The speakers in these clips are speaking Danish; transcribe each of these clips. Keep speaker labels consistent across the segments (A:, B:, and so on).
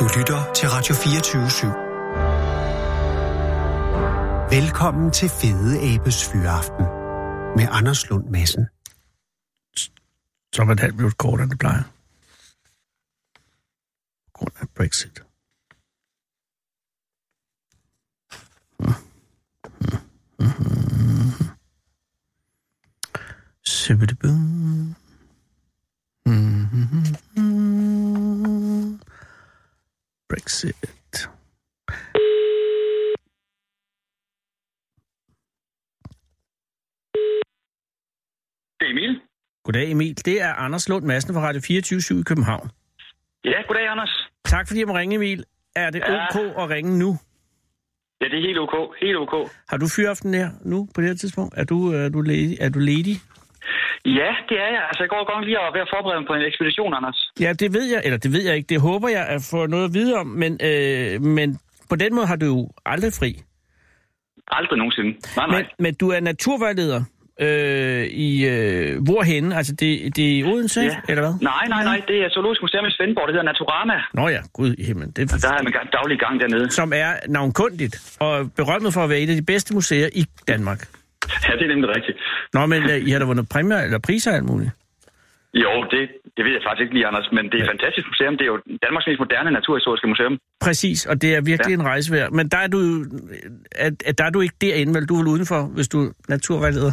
A: Du lytter til Radio 24 /7. Velkommen til Fede Abes Fyraften med Anders Lund Madsen.
B: Som et halvt minut kortere, end det plejer. På grund af Brexit. Sibbidi-bum. Mhm. Brexit.
C: Det er Emil.
B: Goddag Emil, det er Anders Lund Madsen fra Radio 24 i København.
C: Ja, goddag, Anders.
B: Tak fordi jeg må ringe, Emil. Er det
C: Ja.
B: ok at ringe nu?
C: Ja, det er helt ok. Helt ok.
B: Har du fyraften her nu på det her tidspunkt? Er du, øh, er du, ledig? Er du ledig?
C: Ja, det er jeg. Altså, jeg går i gang lige og er ved at forberede mig på en ekspedition, Anders.
B: Ja, det ved jeg, eller det ved jeg ikke. Det håber jeg at få noget at vide om, men, øh, men på den måde har du jo aldrig fri.
C: Aldrig nogensinde. Nej, nej.
B: Men, men du er naturvejleder øh, i øh, hvorhenne? Altså det, det er i Odense,
C: Ja.
B: ja. eller hvad?
C: Nej, nej, nej. Det er Zoologisk Museum i Svendborg. Det hedder Naturama.
B: Nå ja, gud i himlen. Det
C: Altså, Der
B: er,
C: er man ga- daglig gang dernede.
B: som er navnkundigt og berømmet for at være et af de bedste museer i Danmark.
C: Ja, det er nemlig rigtigt.
B: Nå, men øh, I har da vundet præmier eller priser og alt muligt.
C: Jo, det, det ved jeg faktisk ikke lige, Anders. Men det er et fantastisk museum. Det er jo Danmarks mest moderne naturhistoriske museum.
B: Præcis, og det er virkelig ja. en rejse værd. Men der er du, jo- at, at der er du ikke derinde, vel? Du er vel udenfor, hvis du er naturvejleder.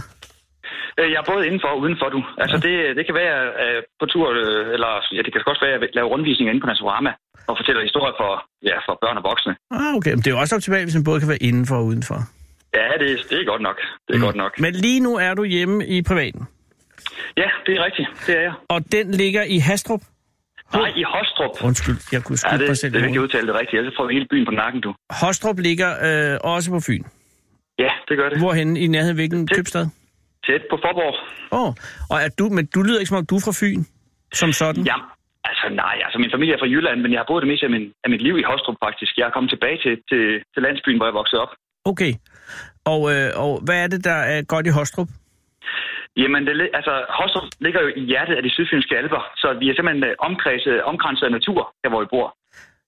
C: Øh, Jeg er både indenfor og udenfor, du. Altså, det, det kan være øh, på tur, øh, eller ja, det kan også være, at jeg laver rundvisninger inde på Naturama og fortæller historier for, ja, for børn og voksne.
B: Ah, okay. Men det er jo også optimalt, hvis man både kan være indenfor og udenfor.
C: Ja, det, det er godt nok. Det er mm. godt nok.
B: Men lige nu er du hjemme i privaten,
C: Ja, det er rigtigt. Det er jeg.
B: og den ligger i Hastrup.
C: Nej, i Hostrup.
B: Undskyld, jeg kunne
C: Ja,
B: skyde
C: det,
B: mig
C: det,
B: selv.
C: det
B: i
C: vil ikke
B: hovedet.
C: udtale det rigtigt, ellers får vi hele byen på nakken, du.
B: Hostrup ligger øh, også på Fyn.
C: Ja, det gør det.
B: Hvorhen i nærheden af hvilken
C: Det-
B: købstad?
C: Tæt på Forborg.
B: Åh, oh, og er du, men du lyder ikke som om du er fra Fyn, som sådan.
C: Jam. Altså nej, altså min familie er fra Jylland, men jeg har boet det meste af, min, af mit liv i Hostrup faktisk. Jeg er kommet tilbage til, til, til landsbyen, hvor jeg voksede op.
B: Okay. Og, øh, og hvad er det, der er godt i Hostrup?
C: Jamen, det, li- altså, Hostrup ligger jo i hjertet af de sydfynske alber, så vi er simpelthen øh, omkredset, omkranset af natur, der hvor vi bor.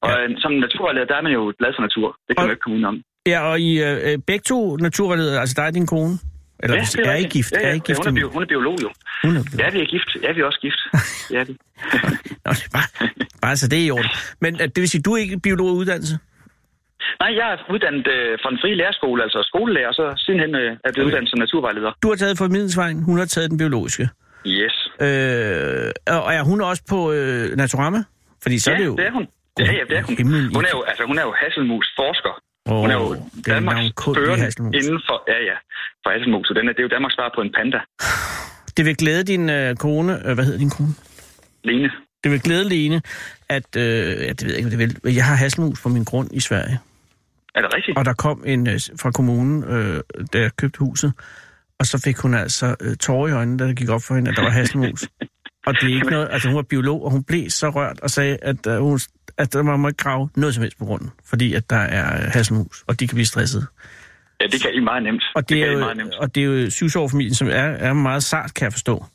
C: Og
B: Ja.
C: ja. som naturlærer, der er man jo glad for natur. Det kan
B: Og-
C: man jo ikke komme udenom.
B: Ja, og I øh, øh, begge to naturvejledere, altså dig og din kone. Eller hvis- er I
C: rigtigt.
B: gift?
C: Ja, ja.
B: Er I gift?
C: hun, er,
B: Emil?
C: bio- hun er biolog jo.
B: Hun er
C: Ja, vi er gift. Ja, vi er også gift. Ja, vi.
B: Nå, det er bare, bare så det er i orden. Men øh, det vil sige, du er ikke biolog af uddannelse?
C: Nej, jeg er uddannet øh, fra den frie lærerskole, altså skolelærer, og så sidenhen øh, er jeg blevet uddannet som naturvejleder.
B: Du har taget formidlingsvejen, hun har taget den biologiske.
C: Yes.
B: Øh, og og er hun også på øh, Naturama? Fordi så
C: Ja,
B: er det jo...
C: det er hun. Ja, ja, det er hun.
B: Himmel,
C: Hun er jo, altså, hun er jo Hasselmus-forsker.
B: Åh,
C: Hun er jo
B: det er
C: Danmarks
B: navnkundig
C: førende
B: Hasselmus.
C: inden for, ja, ja, for Hasselmus. Så den er, det er jo Danmarks svar på en panda.
B: Det vil glæde din øh, kone... Øh, hvad hedder din kone?
C: Lene.
B: Det vil glæde Lene, at... Øh, ja, det ved jeg ikke, om det vil. men Jeg har hasselmus på min grund i Sverige.
C: Er det rigtigt?
B: Og der kom en øh, fra kommunen, øh, da jeg købte huset. Og så fik hun altså øh, tårer i øjnene, da det gik op for hende, at der var hasselmus. og det er ikke noget... Altså, hun var biolog, og hun blev så rørt og sagde, at, øh, hun, at man må ikke grave noget som helst på grunden. Fordi at der er øh, hasselmus, og de kan blive stresset.
C: Ja, det kan I meget nemt.
B: Og det,
C: kan
B: er
C: I
B: jo,
C: meget nemt.
B: og det er jo syvsårfamilien, som er, er meget sart, kan jeg forstå.
C: Ja,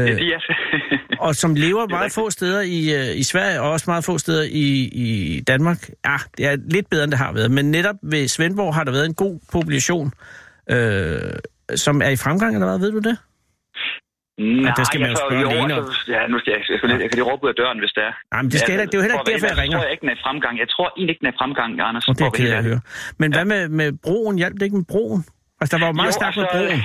B: Øh,
C: de er...
B: og som lever
C: er
B: meget
C: rigtigt.
B: få steder i, øh, i Sverige, og også meget få steder i, i Danmark. Ja, det er lidt bedre, end det har været. Men netop ved Svendborg har der været en god population, øh, som er i fremgang, eller hvad? Ved du det?
C: Nej,
B: der skal man jo
C: altså,
B: spørge Lene om.
C: altså, ja, nu skal jeg, jeg, skal, lige- jeg kan lige råbe ud af døren, hvis det er.
B: Nej, men det, skal
C: Ja,
B: heller ikke, det er jo heller
C: for at
B: ikke
C: være
B: derfor, jeg
C: helt ærlig,
B: ringer.
C: tror jeg ikke, den er i fremgang. Jeg tror egentlig ikke, den er i fremgang, Anders.
B: Og det er
C: for
B: jeg
C: at være
B: ked
C: helt
B: af at
C: ærlig.
B: høre. Men hvad med, med broen? Hjalp det ikke med broen? Altså, der var jo meget snak med broen.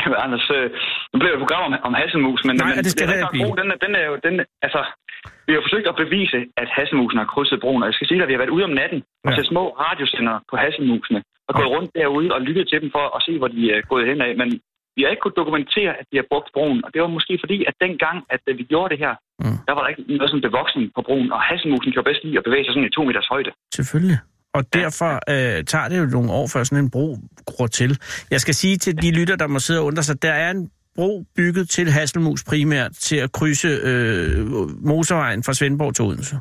C: Jamen, Anders, øh, nu blev det et program om, om Hasselmus, men,
B: Nej,
C: men
B: og det skal
C: er
B: det
C: rigtig
B: ikke
C: nok, broen, den, er- den er jo, den, altså, vi har jo forsøgt at bevise, at Hasselmusen har krydset broen, og jeg skal sige dig, at vi har været ude om natten og
B: Ja.
C: ja. til små radiosender på Hasselmusene, og gået rundt derude og lyttet til dem for at se, hvor de øh, er gået hen af, men vi har ikke kunnet dokumentere, at de har brugt broen, og det var måske fordi, at dengang, at øh, vi gjorde det her,
B: Mm.
C: mm. der var der ikke noget sådan bevoksning på broen, og Hasselmusen kan jo bedst lide at bevæge sig sådan i to meters højde.
B: Selvfølgelig. Og derfor øh, tager det jo nogle år, før sådan en bro gror til. Jeg skal sige til de lytter, der må sidde og undre sig, der er en bro bygget til Hasselmus primært til at krydse øh, motorvejen fra Svendborg til Odense.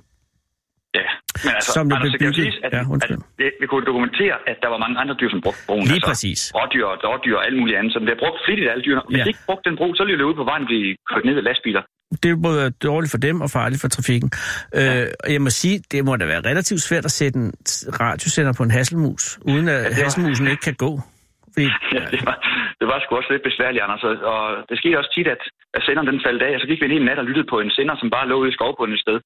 C: Ja, men altså,
B: Som det blev
C: Anders, det kan jo
B: bygget.
C: siges, at,
B: Ja,
C: ja,
B: undskyld.
C: at det, vi kunne dokumentere, at der var mange andre dyr, som brugte broen.
B: Lige
C: altså,
B: præcis.
C: Rådyr og dårdyr og alt muligt andet, som bliver brugt flittigt af alle dyr. Hvis
B: Ja.
C: de ikke brugte den bro, så ville det ud på vejen blive kørt ned af lastbiler.
B: Det er både dårligt for dem og farligt for trafikken. Ja. Øh, og jeg må sige, det må da være relativt svært at sætte en radiosender på en hasselmus, uden at ja,
C: var-
B: hasselmusen ikke kan gå. Fordi,
C: Ja, det var, det var sgu også lidt besværligt, Anders. Og, og det skete også tit, at, at senderen den faldt af, og så gik vi en hel nat og lyttede på en sender, som bare lå ude i skovbunden et sted.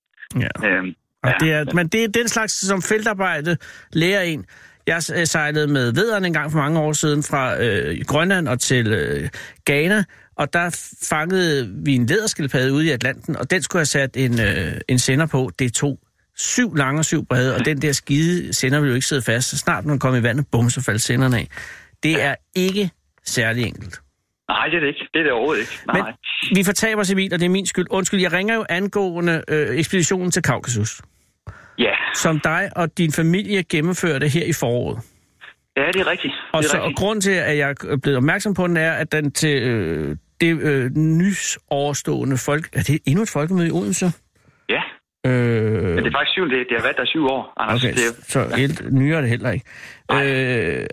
B: ja.
C: Øhm,
B: Og
C: Ja.
B: det er, men det er den slags, som feltarbejde lærer en. Jeg øh, sejlede med vederne en gang for mange år siden fra øh, Grønland og til øh, Ghana, og der fangede vi en lederskildpadde ude i Atlanten, og den skulle jeg sat en, øh, en sender på. Det tog syv lange og syv brede, og den der skide sender ville jo ikke sidde fast. Så snart man kom i vandet, bum, så faldt senderen af. Det er ikke særlig enkelt.
C: nej, det er det ikke. Det er det overhovedet ikke. Nej.
B: Men vi fortaber os, Emil, og det er min skyld. Undskyld, jeg ringer jo angående øh, ekspeditionen til Kaukasus
C: Ja.
B: som dig og din familie gennemførte her i foråret.
C: ja, det er rigtigt.
B: Og,
C: det er
B: så, og
C: rigtigt.
B: grunden til, at jeg er blevet opmærksom på den, er, at den til øh, det øh, nysoverstående folk... Er det endnu et folkemøde i Odense?
C: Ja,
B: Øh,
C: men det er faktisk syv, det, det har været der i syv år, Anders.
B: okay,
C: Altså, Det,
B: så helt nyere er det heller ikke. Øh,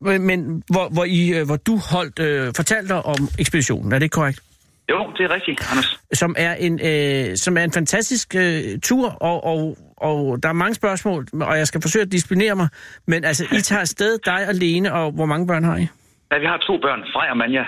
B: men men hvor, hvor, I, øh, hvor du holdt, øh, fortalte dig om ekspeditionen, er det korrekt?
C: jo, det er rigtigt, Anders.
B: som er en, øh, som er en fantastisk øh, tur, og, og, og der er mange spørgsmål, og jeg skal forsøge at disciplinere mig. Men altså, I tager afsted, dig og Lene, og hvor mange børn har I?
C: Ja, vi har to børn, Frej og Manja.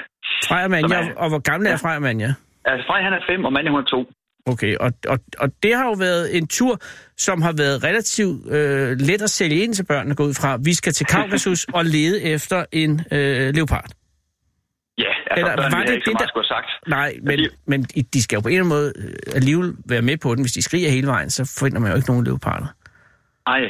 B: Freja og Manja,
C: Som er-
B: og hvor gammel er
C: Ja.
B: Freja og Manja?
C: Altså, Frej han er fem, og Manja hun er to.
B: Okay, og, og, og det har jo været en tur, som har været relativt øh, let at sælge ind til børnene gå ud fra. Vi skal til Kaukasus og lede efter en øh, leopard.
C: Ja, altså,
B: Eller
C: Eller, børn,
B: var
C: var det
B: det
C: ikke så
B: det,
C: meget
B: der-
C: skulle have sagt.
B: Nej, men,
C: de-
B: men i- de skal jo på en eller anden måde øh, alligevel være med på den. Hvis de skriger hele vejen, så finder man jo ikke nogen leoparder.
C: Nej,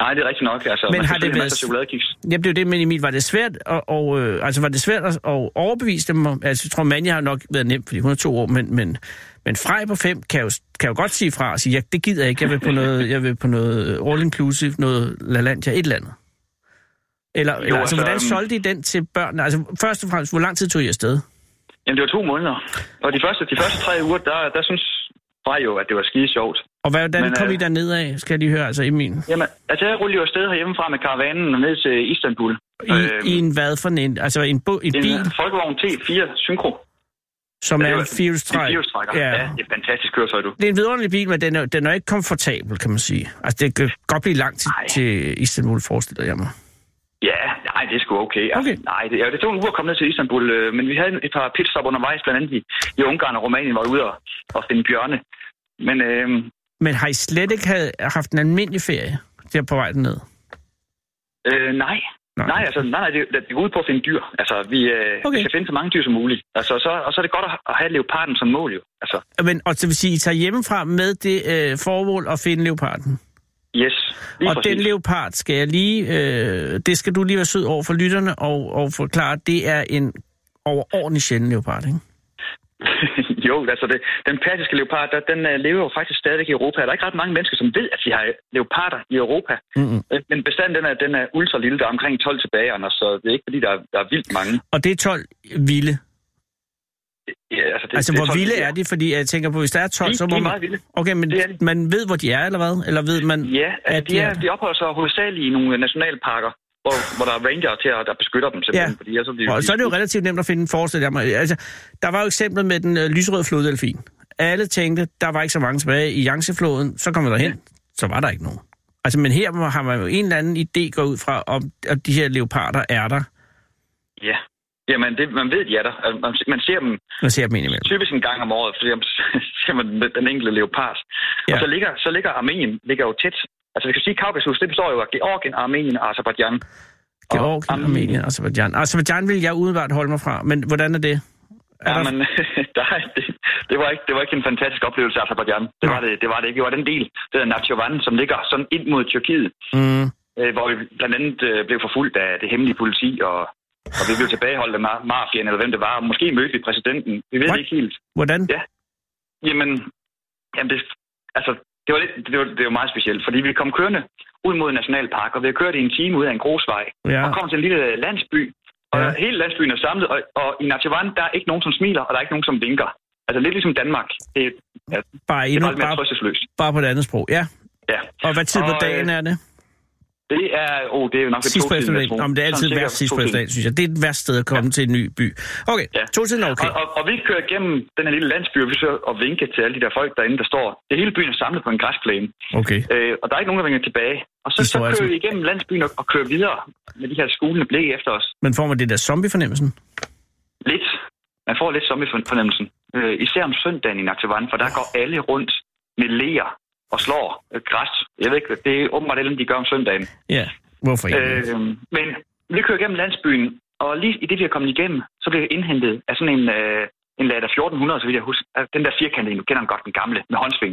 C: nej, det er rigtigt nok. Altså,
B: Men
C: man skal
B: har det
C: selvfølgelig have
B: været-
C: masser af chokoladekiks.
B: Jamen, det er jo det, men Emil, var det svært, og, og, øh, altså, var det svært at, at overbevise dem om... Altså, jeg tror, Manja har nok været nemt, fordi hun er to år, men, men, men Frej på fem kan jo, kan jo godt sige fra og sige, ja, det gider jeg ikke, jeg vil på noget, jeg vil på noget all-inclusive, noget LaLandia, et eller andet. Eller, jo, eller altså,
C: altså,
B: hvordan
C: øhm,
B: solgte I den til børnene? Altså, først og fremmest, hvor lang tid tog I afsted?
C: Jamen, det var to måneder. Og de første, de første tre uger, der, der synes Frej jo, at det var skide sjovt.
B: Og hvordan
C: Men,
B: kom
C: øh,
B: I derned af, skal jeg lige høre, altså Emil?
C: Jamen, altså, jeg rullede jo afsted herhjemmefra med karavanen og ned til Istanbul.
B: I, i en hvad for en, altså en, bo, en
C: øhm, en
B: bil,
C: Folkevogn T4 Synchro.
B: som
C: Ja,
B: er
C: det var-
B: en firehjulstræk.
C: firehjulstrækker. Ja. ja, det er et fantastisk køretøj, du.
B: det er en vidunderlig bil, men den er, den er ikke komfortabel, kan man sige. Altså, det kan godt blive langt til,
C: Nej.
B: til Istanbul, forestiller jeg mig.
C: Ja, nej, det er sgu okay. Altså,
B: Okay.
C: Nej, det, ja, det tog en uge at komme ned til Istanbul, øh, men vi havde et par pitstop undervejs, blandt andet i, i Ungarn og Rumænien, var ude og, og finde bjørne. Men øh,
B: Men har I slet ikke havde, haft en almindelig ferie der på vej ned?
C: øh, nej, nej, altså, nej, nej, det, det går ud på at finde dyr. Altså, vi, øh,
B: Okay.
C: okay. vi skal finde så mange dyr som muligt. Altså, så, og så er det godt at, at have leoparden som mål, jo. Altså,
B: Men, og det vil sige, I tager hjemmefra med det øh, formål at finde leoparden.
C: yes, lige
B: og
C: præcis.
B: den leopard skal jeg lige, øh, det skal du lige være sød over for lytterne og, og forklare, det er en overordentlig sjælden leopard, ikke?
C: jo, altså, det, den persiske leopard, der, den øh, lever jo faktisk stadigvæk i Europa. Der er ikke ret mange mennesker, som ved, at vi har øh, leoparder i Europa.
B: Mm-hmm.
C: Øh, Men bestanden, den er, den er ultra lille. Der er omkring 12 tilbage, Anders, så det er ikke, fordi der er, der er vildt mange.
B: Og det er 12 vilde.
C: Ja, altså, det,
B: altså,
C: det
B: hvor
C: 12
B: vilde
C: dyr.
B: er de? Fordi jeg tænker på, hvis der er 12,
C: De-
B: så
C: de
B: må
C: er
B: man...
C: meget vilde.
B: Okay, men
C: Det er de.
B: man ved, hvor de er, eller hvad? Eller ved man...
C: Ja, altså,
B: at
C: de, er, de opholder sig hovedsageligt i nogle nationalparker, hvor, hvor der er ranger til, at, der beskytter dem simpelthen.
B: Ja.
C: Fordi, altså, de,
B: Og så er det jo relativt nemt at finde en forestil af mig. Altså, der var jo eksemplet med den øh, lyserøde floddelfin. Alle tænkte, der var ikke så mange tilbage i Yangtze-floden, så kom vi derhen, så var der ikke nogen. Altså, men her må- har man jo en eller anden idé gået ud fra, om at de her leoparder er der.
C: Ja. Jamen, det, man ved, de er der. Altså, Man, man ser dem
B: Man ser dem indimellem.
C: typisk en gang om året, fordi man ser man den- den enkelte leopard. Ja.
B: Ja.
C: Og så ligger, så ligger Armenien ligger jo tæt. Altså, vi kan sige, Kaukasus, det består jo af Georgien, Armenien og Azerbaijan. Og Mm.
B: Georgien, Armenien, Azerbaijan. Azerbaijan vil jeg udenbart holde mig fra, men hvordan er det? Er
C: Ja,
B: der...
C: men nej, det, det, var ikke, det var ikke en fantastisk oplevelse af Azerbaijan. Det
B: Nå.
C: var det, det var det ikke. Det var den del, det der Nakhchivan, som ligger sådan ind mod Tyrkiet,
B: Mm.
C: øh, hvor vi blandt andet øh, blev forfulgt af det hemmelige politi, og, og vi blev tilbageholdt af ma- mafiaen, eller hvem det var. Måske mødte vi præsidenten. Vi ved det
B: What?
C: ikke helt.
B: Hvordan?
C: Ja. Jamen, jamen det, altså, det var, lidt, det, var, det var meget specielt, fordi vi kom kørende ud mod Nationalpark, og vi havde kørt i en time ud af en grusvej,
B: Ja.
C: og kom til en lille øh, landsby, og
B: Ja.
C: hele landsbyen er samlet, og, og i Natsjevan, der er ikke nogen, som smiler, og der er ikke nogen, som vinker. Altså lidt ligesom Danmark. Det,
B: Bare
C: det er
B: endnu,
C: meget mere
B: bare,
C: trøstesløst.
B: bare på et andet sprog. Ja.
C: Ja.
B: Og hvad tid på
C: Og, øh,
B: dagen er det?
C: Det er, oh, det er jo nok
B: Sidst på eftermiddagen.
C: eftermiddagen.
B: Nå, men det er altid
C: Sådan cirka
B: værst sidst
C: to
B: på
C: tiden.
B: eftermiddagen, synes jeg. Det er den værste sted at komme ja. til en ny by. Okay, ja.
C: Ja.
B: to tiden er okay.
C: Og, og, og, vi kører igennem den her lille landsby, og vi søger at vinke til alle de der folk derinde, der står. Det hele byen er samlet på en græsplæne.
B: Okay.
C: Øh, og der er ikke nogen, der ringer tilbage. Og så,
B: De
C: så
B: står
C: kører
B: altså-
C: vi igennem landsbyen og, og kører videre med de her skulende blæ efter os.
B: Men får man det der zombie-fornemmelsen?
C: Lidt. Man får lidt zombie-fornemmelsen. Øh, især om søndagen i Naktivan, for der går alle rundt med læer og slår øh, græs. Jeg ved ikke, det er åbenbart det, de gør om søndagen.
B: Ja. Hvorfor ikke? Øh,
C: Øh, men vi kører igennem landsbyen, og lige i det, vi har kommet igennem, så bliver vi indhentet af sådan en, øh, en lader 1400, så vidt jeg husker. Altså, Den der firkantede, nu kender den godt, den gamle, med håndsving.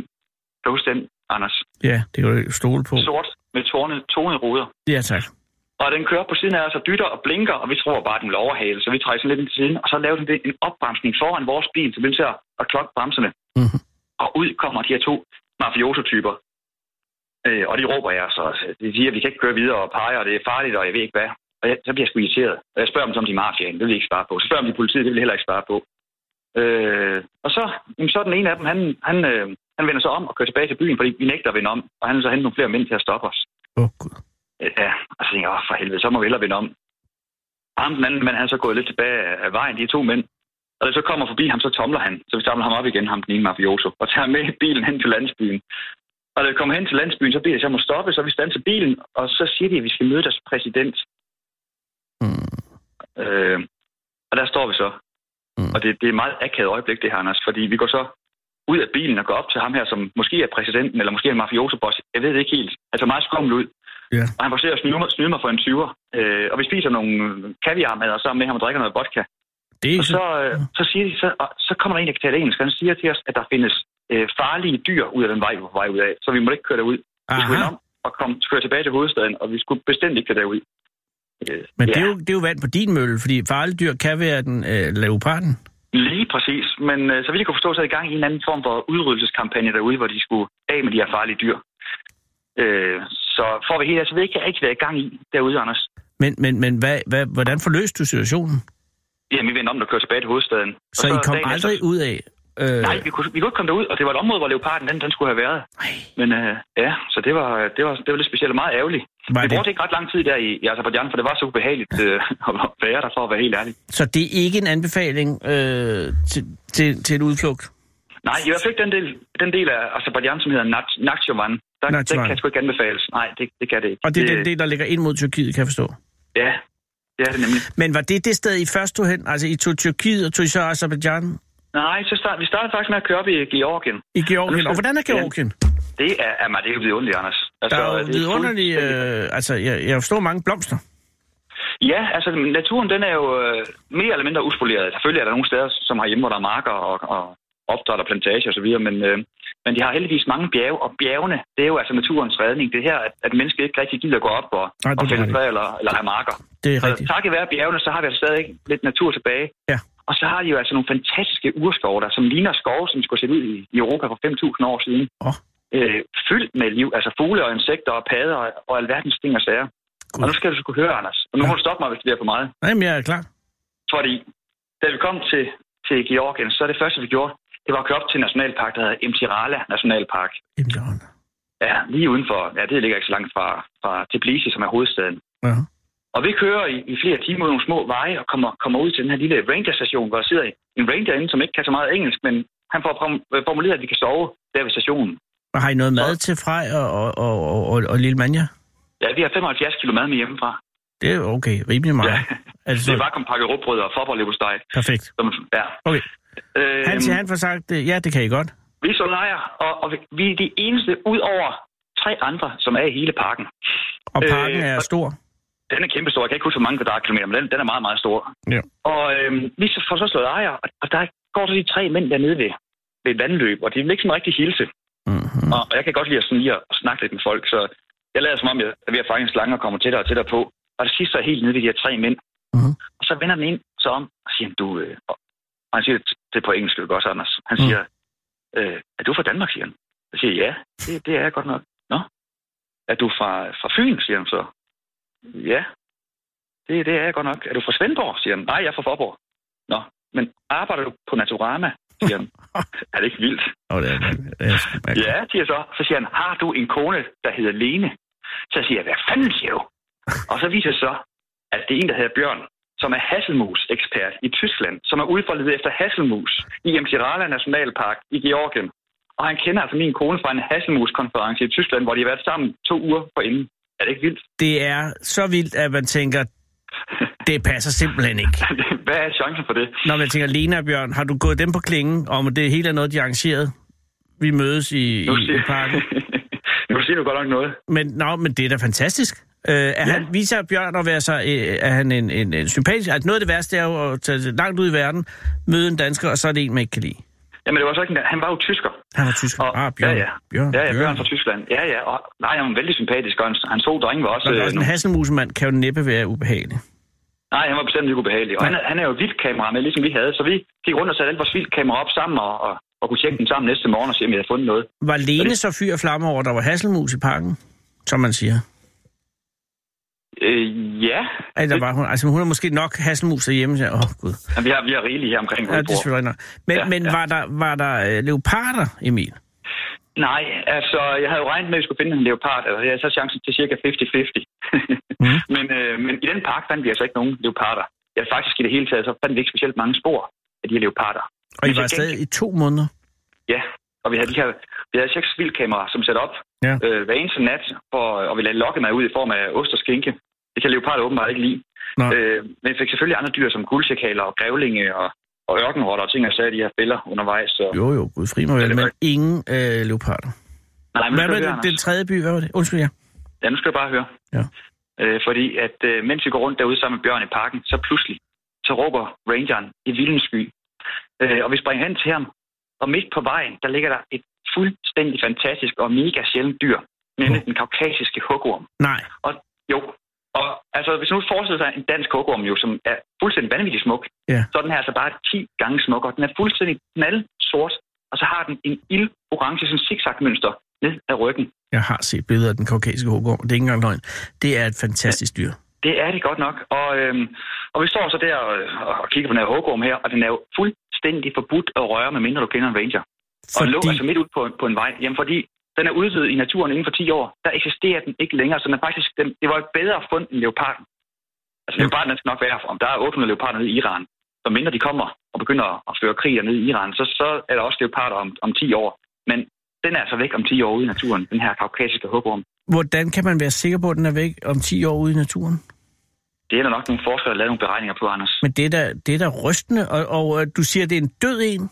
C: Kan du huske den, Anders?
B: ja, det kan du jo stole på.
C: Sort med torne, tonede ruder.
B: Ja, tak.
C: Og den kører på siden af os og dytter og blinker, og vi tror bare, at den vil overhale, så vi trækker sådan lidt ind til siden, og så laver den det- en opbremsning foran vores bil, så vi er nødt til at- at klokke bremserne.
B: Mhm.
C: Og ud kommer de her to mafioso-typer. Øh, og de råber jeg så. De siger, at vi kan ikke køre videre og peger, og det er farligt, og jeg ved ikke hvad. Og jeg, så bliver jeg sgu irriteret. Og jeg spørger dem, så om de er mafiaen. Det vil de ikke svare på. Så spørger dem, de er politiet. Det vil de heller ikke svare på. Øh, og så, jamen, så er den ene af dem, han, han, øh, han vender sig om og kører tilbage til byen, fordi vi nægter at vende om. Og han vil så hente nogle flere mænd til at stoppe os.
B: Åh, oh, gud.
C: Ja, og så tænker jeg, åh, for helvede, så må vi hellere vende om. Ham den anden, men han er så gået lidt tilbage af vejen, de to mænd. Og da jeg så kommer forbi ham, så tomler han. Så vi samler ham op igen, ham den ene mafioso, og tager ham med i bilen hen til landsbyen. Og da vi kommer hen til landsbyen, så beder jeg, at jeg må stoppe, så vi standser bilen, og så siger de, at vi skal møde deres præsident.
B: Mm.
C: Øh, og der står vi så.
B: Mm.
C: Mm. Og det, det er et meget akavet øjeblik, det her, Anders, fordi vi går så ud af bilen og går op til ham her, som måske er præsidenten, eller måske er en mafioso-boss. Jeg ved det ikke helt. Altså meget skummel ud.
B: Ja.
C: Og han forsøger at snyde mig, snyde mig for en 20'er. Øh, og vi spiser nogle kaviarmader sammen med ham og drikker noget vodka.
B: Det er ikke
C: Og
B: så...
C: så, øh, så, siger de, så, og så kommer der en, der kan tale engelsk. Han siger til os, at der findes øh, farlige dyr ud af den vej, vi var på vej ud af. Så vi må ikke køre derud. Vi skulle
B: Aha,
C: vende om og komme, køre tilbage til hovedstaden, og vi skulle bestemt ikke køre derud. Øh,
B: men det er, jo, det er jo vand på din mølle, fordi farlige dyr kan være den øh, leoparden.
C: Lige præcis. Men øh, så vidt jeg kunne forstå, så er i gang i en eller anden form for udryddelseskampagne derude, hvor de skulle af med de her farlige dyr. Øh, så får vi helt, altså ved ikke rigtig, hvad er i gang i derude, Anders.
B: Men, men, men hvad, hvad, hvordan forløste du situationen?
C: Jamen, vi vendte om og kørte tilbage til hovedstaden.
B: Så, så I kom
C: dagen
B: aldrig ud af... Øh,
C: Nej, vi kunne, vi kunne ikke komme derud, og det var et område, hvor leoparden den, den skulle have været.
B: nej.
C: Men øh, ja, så det var, det, var, det var lidt specielt og meget ærgerligt.
B: Var
C: Vi
B: det,
C: brugte ikke ret lang tid der i, i Azerbaijan, for det var så ubehageligt øh, at være der, for at være helt ærlig.
B: så det er ikke en anbefaling øh, til, til, til en udflugt?
C: Nej, i hvert fald ikke den del, den del af Azerbaijan, som hedder Nak- Nakhchivan. Der, den
B: Nakhchivan.
C: kan sgu ikke anbefales. Nej, det, det kan det ikke.
B: Og det er den del, der ligger ind mod Tyrkiet, kan jeg forstå.
C: Ja, det er det nemlig.
B: Men var det det sted, I først tog hen? Altså, I tog Tyrkiet og tog I så Azerbaijan
C: Nej, så start, vi startede faktisk med at køre op i Georgien.
B: i Georgien?
C: Ja.
B: Og hvordan er Georgien?
C: Det er, jamen, det er jo vidunderligt, Anders. Altså,
B: Der er
C: det
B: jo
C: fuld-
B: vidunderlige... Øh, altså, jeg, jeg forstår mange blomster.
C: Ja, altså naturen den er jo øh, mere eller mindre uspoleret. Selvfølgelig er der nogle steder, som har hjemme, hvor der er marker og, og opdræt og plantager osv., men, øh, men de har heldigvis mange bjerge, og bjergene, det er jo altså naturens redning. Det er her, at, at mennesket ikke rigtig gider gå op og,
B: Nej, det
C: og
B: er
C: fælde
B: rigtigt.
C: træ eller, eller have marker.
B: Det er
C: Så
B: rigtigt.
C: takket være bjergene, så har vi altså stadig lidt natur tilbage.
B: Ja.
C: Og så har de jo altså nogle fantastiske urskove der, som ligner skove, som skulle se ud i, i Europa for 5.000 år siden.
B: Åh.
C: Øh, fyldt med liv, altså fugle og insekter og padder og, og alverdens ting og sager.
B: Gud.
C: Og nu skal du skulle høre, Anders. Og nu
B: Ja.
C: må du stoppe mig, hvis det bliver for meget.
B: Nej, men jeg er klar.
C: Fordi da vi kom til, til Georgien, så det første, vi gjorde, det var at køre op til en nationalpark, der hedder Mtirala Nationalpark.
B: Jamen, Jørgen.
C: Ja, lige udenfor. Ja, det ligger ikke så langt fra, fra Tbilisi, som er hovedstaden.
B: Ja.
C: Og vi kører i, i flere timer ud nogle små veje og kommer, kommer ud til den her lille rangerstation, hvor der sidder en ranger inde, som ikke kan så meget engelsk, men han får prom- øh, formuleret, at vi kan sove der ved stationen.
B: Og har I noget mad til Frej og, og, og, og, og, og Lille Manja?
C: Ja, vi har 75 kilo mad med hjemmefra.
B: Det er jo okay, rimelig meget.
C: Ja.
B: Ja. Altså,
C: Det er bare kom pakket råbrød og forberedelsesteg.
B: perfekt.
C: Ja.
B: Okay.
C: Øh,
B: Han til han får sagt, øh, ja, det kan I godt.
C: Vi så lejer, og, og vi- vi er de eneste ud over tre andre, som er i hele parken.
B: Og parken
C: Øh,
B: er
C: og-
B: stor.
C: Den er kæmpestor. Jeg kan ikke huske, hvor mange kvadratkilometer, men den, den er meget, meget stor.
B: Ja.
C: Og øhm, vi så- får så slået ejer, og- og der går så de tre mænd dernede ved, ved et vandløb, og de vil ikke sådan rigtig hilse.
B: Mm-hmm.
C: Og, og jeg kan godt lide at, sådan lige at, at snakke lidt med folk, så jeg lader som om, jeg er ved at fange en slange og kommer tættere og tættere på. Og det sidste er helt nede ved de her tre mænd.
B: Mhm.
C: Og så vender den ind så om og siger, du... Øh, og- og han siger det, det er på engelsk, det også, Anders. Han
B: Mhm.
C: siger, øh, er du fra Danmark, siger han. Jeg siger, ja, det, det er jeg godt nok. Nå, er du fra, fra Fyn, siger han så. Ja, det, det er jeg godt nok. Er du fra Svendborg, siger han. Nej, jeg er fra Forborg. Nå, men arbejder du på Naturama, siger han. er det ikke vildt?
B: Og det er, det er, det er, det er,
C: Ja, siger jeg så. Så siger han, har du en kone, der hedder Lene? Så siger jeg, hvad fanden siger du? Og så viser det så, at det er en, der hedder Bjørn, som er hasselmus-ekspert i Tyskland, som er ude for at lede efter hasselmus i Amtirala Nationalpark i Georgien. Og han kender altså min kone fra en hasselmus-konference i Tyskland, hvor de har været sammen to uger forinden. Er det ikke vildt?
B: Det er så vildt, at man tænker, det passer simpelthen ikke.
C: Hvad er chancen for det?
B: Når man tænker, Lena og Bjørn, har du gået dem på klingen om, at det hele er noget, de arrangeret? Vi mødes i, i,
C: Nu
B: i
C: siger,
B: parken.
C: nu siger du godt nok noget.
B: Men, nå, men det er da fantastisk. Øh, er ja. han, viser Bjørn at være så, øh, er han en, en, en sympatisk... Altså noget af det værste er jo at tage langt ud i verden, møde en dansker, og så er det en, man ikke kan lide.
C: Jamen, det var så ikke en, han var jo tysker.
B: Han var tysker.
C: Og-
B: ah, Bjørn.
C: ja, ja.
B: Bjørn.
C: Ja, ja, Bjørn fra Tyskland. Ja, ja. Og, nej, han var vældig sympatisk, og hans, hans to drenge var også...
B: Nå, men
C: øh,
B: også en hasselmusemand kan jo næppe være ubehagelig.
C: Nej, han var bestemt ikke ubehagelig. Og han, er- han er jo et vildt kamera med, ligesom vi havde. Så vi gik rundt og satte alt vores vildt kamera op sammen og, og, og kunne tjekke den sammen næste morgen og se, om vi havde fundet noget.
B: Var Lene så fyr og flamme over, at der var hasselmus i parken? Som man siger.
C: Øh, ja,
B: Eller var hun, altså hun er måske nok hasselmus derhjemme. Åh, oh, gud.
C: Jamen, vi har, vi har rigeligt her omkring. hvor
B: Ja,
C: vi
B: det
C: bor.
B: er selvfølgelig nok. Men, ja,
C: Ja,
B: men
C: ja.
B: var der, var der øh, leoparder, Emil?
C: Nej, altså, jeg havde jo regnet med, at vi skulle finde en leopard. Altså, jeg havde så chancen til cirka 50-50.
B: Mhm.
C: mm. men, øh, men i den park fandt vi altså ikke nogen leoparder. Ja, faktisk i det hele taget, så fandt vi ikke specielt mange spor af de her leoparder.
B: Og I
C: Men til
B: var stadig
C: gengæld-
B: i to måneder?
C: Ja, og vi havde, de her, vi havde seks vildkameraer, som satte op
B: Ja.
C: ja. øh, hver eneste nat, for, og vi lagde lokke mig ud i form af ost og skinke. Det kan leoparder åbenbart ikke lide.
B: Nej.
C: Øh, men vi fik selvfølgelig andre dyr som guldsjekaler og grævlinge og, og ørkenrotter og ting, og sager i de her fælder undervejs. Så...
B: Jo, jo, gud fri mig
C: Ja,
B: vel,
C: det
B: men
C: var-
B: ingen øh, leoparder.
C: Nej, men
B: Hvad var
C: nu skal du
B: det,
C: høre,
B: den
C: Anders.
B: tredje by? Hvad var det? Undskyld, ja.
C: Ja, nu skal du bare høre.
B: Ja.
C: Øh, fordi at øh, mens vi går rundt derude sammen med Bjørn i parken, så pludselig, så råber rangeren i vildens sky. Øh, og vi springer hen til ham, og midt på vejen, der ligger der et fuldstændig fantastisk og mega sjældent dyr, nemlig den kaukasiske hugorm.
B: Nej.
C: Jo, og altså, hvis nu forestiller sig en dansk hugorm jo, som er fuldstændig vanvittig smuk,
B: Ja.
C: så er den her altså bare 10 gange smukkere. Den er fuldstændig knaldsort, og så har den en ildorange sådan zigzag-mønster ned ad ryggen.
B: Jeg har set billeder af den kaukasiske hukorm. Det er ikke engang løgn. Det er et fantastisk dyr.
C: Det er det godt nok. Og, øhm, og vi står så der og, og kigger på den her hårgorm her, og den er jo fuldstændig forbudt at røre, medmindre du kender en ranger. Fordi... Og den lå altså
B: Fordi,
C: midt ud på, en- på en vej. Jamen fordi den er udvidet i naturen inden for 10 år. Der eksisterer den ikke længere, så den er faktisk, den, det var et bedre fund end leoparden. Altså
B: Jamen-
C: leoparden den skal nok være, om der er 800 leoparder nede i Iran, så mindre de kommer og begynder at føre krig nede i Iran, så, så er der også leoparder om, om 10 år. Men den er altså væk om 10 år ude i naturen, den her kaukasiske hugorm.
B: hvordan kan man være sikker på, at den er væk om 10 år ude i naturen?
C: Det er der nok nogle forskere, der lavede nogle beregninger på, Anders.
B: Men det er da, det er da rystende, og, og øh, du siger, at det er en død en.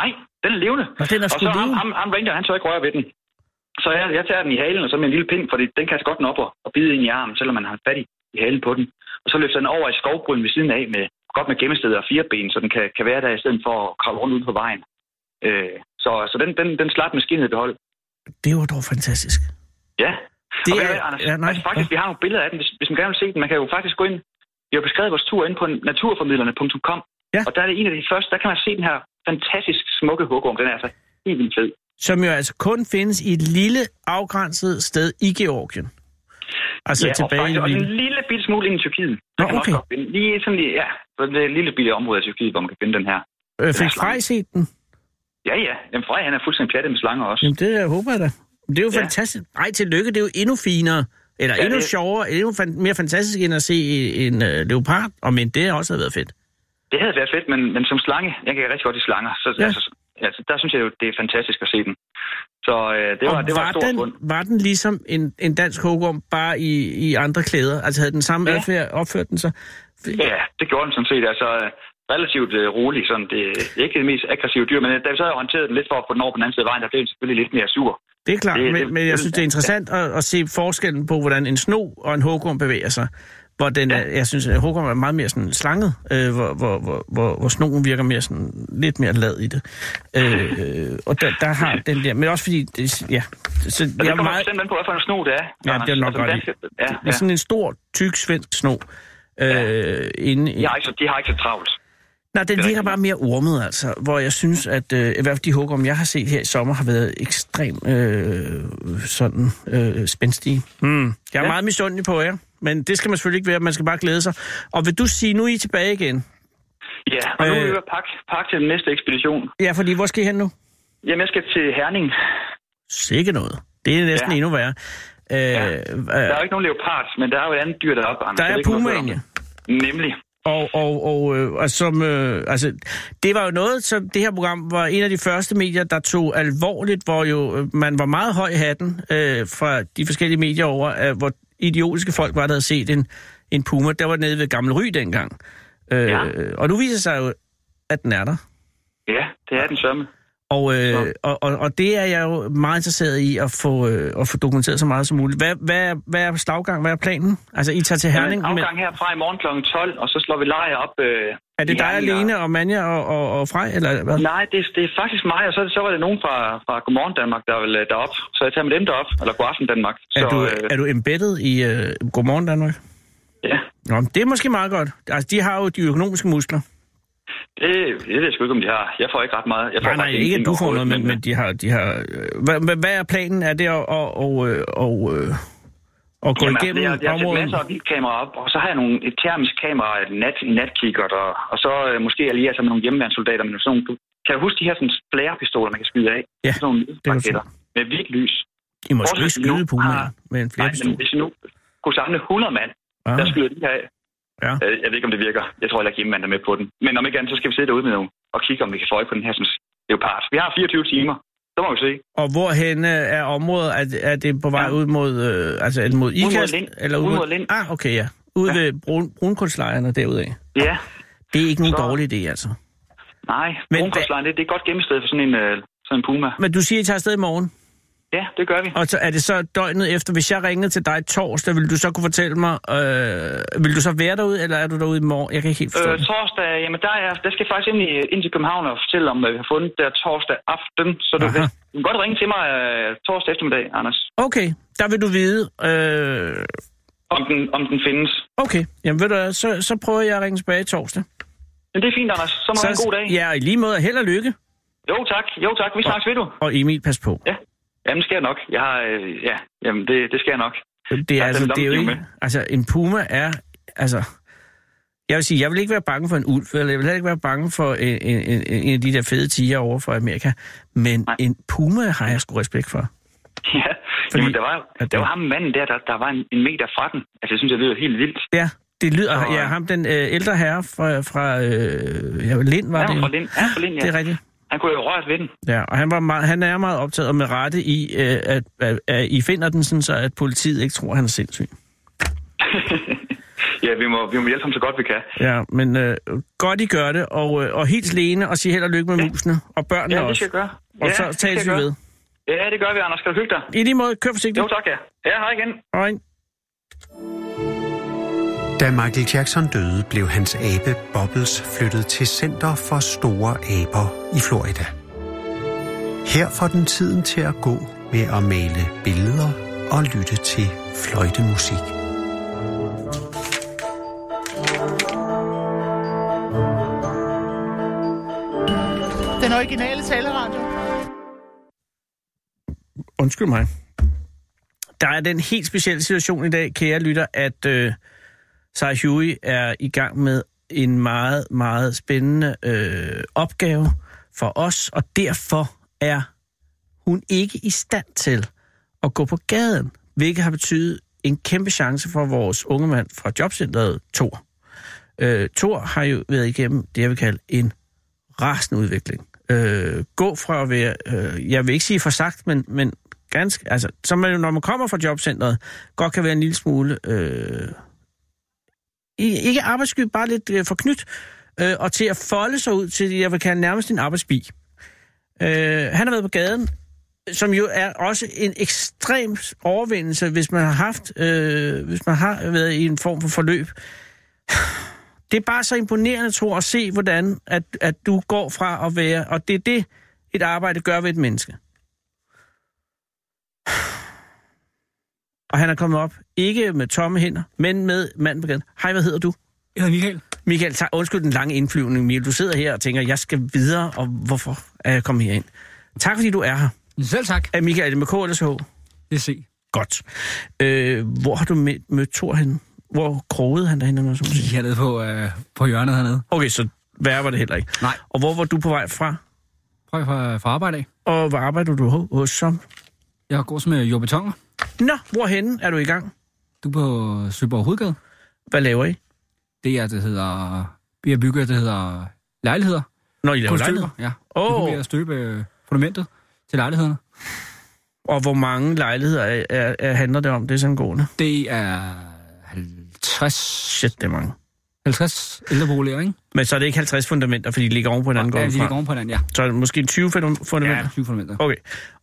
C: Nej, den er levende.
B: Nå, den er
C: og
B: sgu
C: så ham,
B: levende.
C: ham, ham ranger, han tør ikke røre ved den. Så jeg, jeg tager den i halen, og så med en lille pind, for den kan altså godt nå op og, og bide ind i armen, selvom man har fat i, i halen på den. Og så løfter den over i skovbryn ved siden af, med, godt med gemmesteder og fire ben, så den kan, kan være der i stedet for at kravle rundt ude på vejen. Øh, så så den, den, den slap med skinnet i behold.
B: Det var dog fantastisk.
C: Ja.
B: Det
C: og ved du
B: er-
C: hvad, Anders,
B: ja, nej.
C: altså, faktisk, vi har nogle billeder af den, hvis, hvis man gerne vil se den. Man kan jo faktisk gå ind. Vi har beskrevet vores tur inde på naturformidlerne.com.
B: Ja.
C: Og der er det en af de første, der kan man se den her fantastisk smukke hugorm. Den er altså helt vildt fed.
B: Som jo altså kun findes i et lille afgrænset sted i Georgien. Altså ja,
C: og
B: tilbage i
C: faktisk, og en
B: Lille.
C: lille bitte smule ind i Tyrkiet.
B: Nå,
C: Der kan man også
B: okay.
C: godt finde- Lige sådan lige, ja, så det er et lille bitte område af Tyrkiet, hvor man kan finde den her.
B: Øh, Fik
C: slange.
B: Frej set den?
C: Ja, ja. Jamen, Frej, han er fuldstændig pjattet med slanger også.
B: Jamen, det jeg håber jeg da. Det er jo ja.
C: Ja.
B: fantastisk. Ej, tillykke, det er jo endnu finere. Eller ja,
C: Ja,
B: endnu det...
C: det-
B: sjovere, endnu fan- mere fantastisk end at se en øh, leopard. Og men det har også været fedt.
C: Det havde været fedt, men, men som slange, jeg kan rigtig godt lide slanger. Så,
B: Ja.
C: ja. altså, altså, der synes jeg jo, det er fantastisk at se den. Så øh, det, var,
B: og
C: det var, et stort
B: den,
C: fund.
B: var den ligesom en, en dansk hukum, bare i, i andre klæder? Altså havde den samme ja.
C: Ja.
B: adfærd, opført den så?
C: Ja, det gjorde den sådan set. Altså, øh, relativt øh, rolig. Sådan, det er ikke det mest aggressive dyr, men øh, da vi så havde håndteret den lidt for at få den over på den anden side af vejen, der blev den selvfølgelig lidt mere sur.
B: Det er klart,
C: Det-
B: det,
C: det-
B: men, men jeg
C: det-
B: synes, det er interessant at, at se forskellen på, hvordan en sno og en hukum bevæger sig. Hvor den ja.
C: Ja.
B: er, jeg synes, at hukum er meget mere sådan slanget, øh, hvor, hvor, hvor, hvor, hvor snoen virker mere sådan, lidt mere lad i det. Øh, øh, og der, der har den der, men også fordi, det, ja. Så
C: Og
B: jeg
C: det
B: er
C: kommer
B: meget,
C: meget... simpelthen på, hvad for en sno det er.
B: Ja,
C: Anders.
B: det er nok
C: den
B: ret i.
C: danske- ja,
B: det er
C: ja.
B: sådan en stor, tyk svensk sno. Øh, ja. inde i,
C: De, har ikke, så- de har ikke så travlt.
B: Nej, den
C: Det
B: virker
C: er rigtigt.
B: bare mere ormet, altså. Hvor jeg synes, at øh, i hvert fald de hugorm, jeg har set her i sommer, har været ekstremt øh, sådan øh, spændstige. Hmm. Jeg er ja.
C: Ja.
B: meget misundelig på jer, men det skal man selvfølgelig ikke være. Man skal bare glæde sig. Og vil du sige, nu er I tilbage igen?
C: Ja, og nu er
B: Øh.
C: vi ved at pakke, pakke til den næste ekspedition.
B: Ja, fordi hvor skal I hen nu?
C: Jamen, jeg skal til Herning.
B: Sikke noget. Det er næsten ja.
C: Ja.
B: endnu værre. Øh, ja.
C: Der er jo ikke nogen leopard, men der er jo et andet dyr deroppe. Anders.
B: der
C: Jeg
B: er
C: ved ikke, om du har hørt om
B: pumaen, ja.
C: det. Nemlig.
B: Og, og, og, øh, og som, øh, altså, det var jo noget, som det her program var en af de første medier, der tog alvorligt, hvor jo øh, man var meget høj i hatten øh, fra de forskellige medier over, øh, hvor idiotiske folk var, der havde set en, en puma. Der var nede ved Gamle Ry dengang. Øh,
C: Ja.
B: Og nu viser det sig jo, at den er der.
C: Ja, det er den sørme.
B: Og, øh,
C: Nå.
B: og, og, og det er jeg jo meget interesseret i at få, øh, at få dokumenteret så meget som muligt. Hvad, hvad, er- hvad er slaggang? Hvad er planen? Altså, I tager til Herning,
C: Herning,
B: ja, men
C: afgang herfra i morgen kl. 12, og så slår vi lejr op. Øh,
B: er det
C: i
B: dig
C: Herning, og-
B: alene og Manja og, og, og Frej, eller hvad?
C: Nej, det, det er faktisk mig, og så, så var det nogen fra, fra Godmorgen Danmark, der vil øh, derop. Så jeg tager med dem derop, eller Godaften Danmark. Så,
B: Er du,
C: øh,
B: er du embedded i øh, Godmorgen Danmark?
C: ja,
B: Nå, men det er måske meget godt. Altså, de har jo de økonomiske muskler.
C: det, det ved jeg sgu ikke, om de har. Jeg får ikke ret meget. Jeg får
B: Nej, nej,
C: faktisk
B: ikke at
C: ingenting
B: du får noget,
C: overhovedet,
B: men, men de har... De har øh, hvad, hvad- hvad er planen? Er det at, at, at, øh, at, øh, at gå
C: Jamen, altså,
B: igennem
C: jeg, jeg har sat
B: området?
C: masser af vildkameraer op, og så har jeg nogle et termisk kamera, et nat, natkikkert, og, og så øh, måske alliere sig med nogle hjemmeværnssoldater. Men sådan, nogle- du, kan du huske de her sådan, flare-pistoler, man kan skyde af?
B: Ja,
C: sådan nogle
B: kan jeg
C: raketter med hvidt lys.
B: I må ikke
C: Fortsæt nu.
B: skyde på mig
C: Ah.
B: med en
C: Nej,
B: flere
C: men
B: pistol.
C: hvis jeg nu kunne samle 100 mand,
B: Ah.
C: der skyder de her af.
B: Ja.
C: Øh, Jeg ved ikke, om det virker. Jeg tror heller ikke, hjemmemand er med på den. Men om ikke andet, så skal vi sidde derude med nogen og kigge, om vi kan få øje på den her sådan, leopard. Vi har 24 timer. Så må vi se.
B: Og hvorhen er området? Er, det- er det på vej
C: Ja.
B: ud mod, øh, altså, er det mod
C: mod
B: Ikast?
C: Lind.
B: Eller
C: Ud mod Lind.
B: Ah, okay, ja. Ude
C: Ja.
B: ved brun, brunkulslejrene derudaf.
C: Ja,
B: Det er ikke nogen
C: Så-
B: dårlig idé, altså.
C: nej.
B: Men
C: Men det, det er et godt gemmested for sådan en, øh, sådan en puma.
B: Men du siger, I tager afsted i morgen?
C: Ja, det gør vi.
B: Og så er det så døgnet efter, hvis jeg ringede til dig torsdag, vil du så kunne fortælle mig, øh, vil du så være derude, eller er du derude i morgen? Jeg kan ikke helt forstå
C: Øh,
B: øh, det.
C: torsdag, jamen der, er, der skal jeg faktisk ind, i, ind til København og fortælle om, hvad vi har fundet der torsdag aften. Så du,
B: Aha.
C: kan, du kan godt ringe til mig øh, torsdag eftermiddag, Anders,
B: Okay, der vil du vide. Øh,
C: om den, om den findes.
B: okay, jamen ved du hvad, så, så prøver jeg at ringe tilbage torsdag.
C: Men det er fint, Anders. Så må du
B: så,
C: have en god dag.
B: Ja, og i lige måde, held og lykke.
C: Jo tak, jo tak. Vi snakkes ved du.
B: Og Emil, pas på.
C: Ja. Jamen, det skal jeg nok. Jeg har, øh, ja, jamen, det, det skal jeg nok.
B: Det er,
C: Tak,
B: altså,
C: den
B: det er jo
C: lommetyve
B: ikke, altså, en puma er, altså, jeg vil sige, jeg vil ikke være bange for en ulv, eller jeg vil heller ikke være bange for en, en, en, en af de der fede tiger over fra Amerika, men Nej.
C: Nej.
B: en puma har jeg sgu respekt for.
C: Ja,
B: Fordi-
C: jamen, der var,
B: At
C: der
B: det-
C: var ham manden der, der, der var en, en meter fra den. Altså, jeg synes, det lyder helt vildt.
B: Ja, det lyder,
C: Så,
B: og,
C: øh,
B: ja, ham den øh, ældre herre fra, fra øh, ja, Lind var
C: Han
B: det.
C: var
B: jo.
C: fra Lind. Han var fra Lind, ja.
B: Det er rigtigt.
C: Han kunne jo have rørt ved den.
B: Ja, og han, var meget, han er meget optaget og med rette i, øh, at, at, at, I finder den sådan, så at politiet ikke tror, han er sindssyg.
C: ja, vi må, vi må hjælpe ham så godt, vi kan.
B: Ja, men øh, godt I gør det, og, øh, og helt Lene, og sig held og lykke med ja. musene, og børnene
C: Ja, det
B: også.
C: skal jeg gøre.
B: Og
C: ja,
B: så
C: det skal
B: tales vi
C: jeg gøre.
B: ved.
C: Ja, det gør vi, Anders. Skal du hygge dig?
B: I lige måde, kør forsigtigt.
C: Jo, tak, ja. Ja, hej igen.
B: Hej.
A: Da Michael Jackson døde, blev hans abe Bobbles flyttet til Center for Store Aber i Florida. Her får den tiden til at gå med at male billeder og lytte til fløjtemusik.
D: Den originale taleradio.
B: Undskyld mig. Der er den helt specielle situation i dag, kære lytter, at øh, Sarah Huey er i gang med en meget, meget spændende øh, opgave for os, og derfor er hun ikke i stand til at gå på gaden, hvilket har betydet en kæmpe chance for vores unge mand fra jobcentret, Thor. Øh, Thor har jo været igennem det, jeg vil kalde en rasende udvikling. Øh, gå fra at være, øh, jeg vil ikke sige forsagt, men, men ganske, altså, som man jo, når man kommer fra jobcentret, godt kan være en lille smule, øh, i- ikke arbejdssky, bare lidt øh, forknyt, øh, og til at folde sig ud til, jeg vil kalde nærmest en arbejdsbi. Øh, han har været på gaden, som jo er også en ekstrem overvindelse, hvis man har haft, øh, hvis man har været i en form for forløb, det er bare så imponerende, tror jeg, at se, hvordan at, at du går fra at være... Og det er det, et arbejde gør ved et menneske. Og han er kommet op, ikke med tomme hænder, men med mand på gaden. Hej, hvad hedder du?
E: Jeg hedder Michael.
B: Michael, tak, undskyld den lange indflyvning, Michael. Du sidder her og tænker, jeg skal videre, og hvorfor er jeg kommet herind? Tak, fordi du er her.
E: Selv tak.
B: Er Michael, er det med K eller CH?
E: Det er C.
B: Godt. Øh, hvor har du mødt, mødt Thor henne? Hvor krogede han derhen? Eller sådan?
E: Lige hernede på, øh, på hjørnet hernede.
B: Okay, så værre var det heller ikke.
E: Nej.
B: Og hvor var du på vej fra?
E: Prøv fra, fra arbejde af.
B: Og hvor arbejder du ho- hos som?
E: Jeg går som øh, jordbetonger.
B: Nå, hvorhenne er du i gang?
E: Du er på Søborg Hovedgade.
B: Hvad laver I?
E: Det er, det hedder... Vi har bygget, det hedder lejligheder.
B: Når I laver
E: Kunststykker,
B: lejligheder?
E: Ja.
B: Åh.
E: Oh. Det er ved at støbe øh, fundamentet til lejlighederne.
B: Og hvor mange lejligheder er, er, er, handler det om, det er sådan gående?
E: Det er 50,
B: Shit, det er mange.
E: 50 ældreboliger, ikke?
B: Men så er det ikke 50 fundamenter, fordi de ligger oven på hinanden.
E: ja,
B: Ja,
E: de ligger oven på hinanden, ja.
B: Så er det måske 20 fundam-
E: Ja,
B: fundamenter?
E: 20 fundamenter.
B: Okay.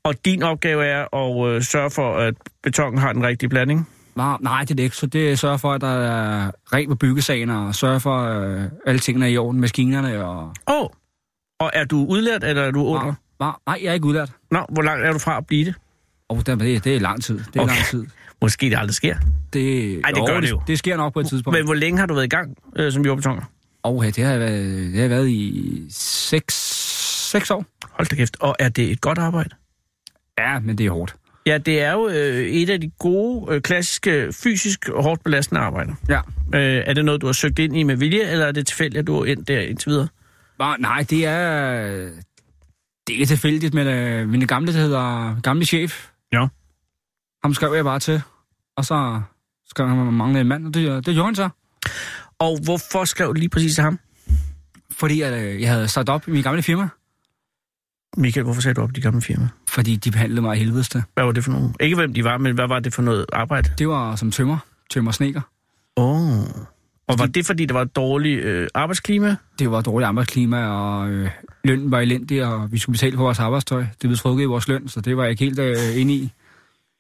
B: Og din opgave er at øh, sørge for, at betongen har den rigtige blanding?
E: Nej, nej, det er det ikke. Så det sørger for, at der er rent på byggesagen, og sørger for, at øh, alle tingene er i orden, maskinerne og...
B: Åh! Oh. Og er du udlært, eller er du under?
E: Nej, nej, nej, jeg er ikke udlært.
B: Nå, hvor langt er du fra at blive det?
E: Og oh, det, er- det er lang tid. Det
B: Okay.
E: er okay. lang tid.
B: Måske det aldrig sker.
E: Det,
B: Ej, det gør det jo.
E: det Det sker nok på et tidspunkt.
B: Men hvor længe har du været i gang øh, som jordbetonger?
E: Og det har jeg været, det har jeg været i 6, 6 år.
B: Hold da kæft. Og er det et godt arbejde?
E: Ja, men det er hårdt.
B: Ja, det er jo øh, et af de gode, øh, klassiske, fysisk hårdt belastende arbejder.
E: Ja.
B: Øh, er det noget, du har søgt ind i med vilje, eller er det tilfældigt, at du er ind der indtil videre?
E: Nå, Nej, det er... Det er ikke tilfældigt, men øh, min gamle, der hedder gamle chef.
B: Ja.
E: Ham skrev jeg bare til, og så skrev han, at man manglede en mand, og det, det gjorde han så.
B: Og hvorfor skrev du lige præcis til ham?
E: Fordi at, øh, jeg havde startet op i min gamle firma,
B: Michael, hvorfor sagde du op i de gamle firma?
E: fordi de behandlede mig af helvedes til.
B: Hvad var det for nogen? Ikke hvem de var, men hvad var det for noget arbejde?
E: Det var som tømmer, tømmer sneker.
B: Åh. Oh. Og var det, fordi der var et dårligt øh, arbejdsklima?
E: Det var dårligt arbejdsklima, og øh, lønnen var elendig, og vi skulle betale for vores arbejdstøj. Det blev trukket i vores løn, så det var jeg ikke helt øh, inde i.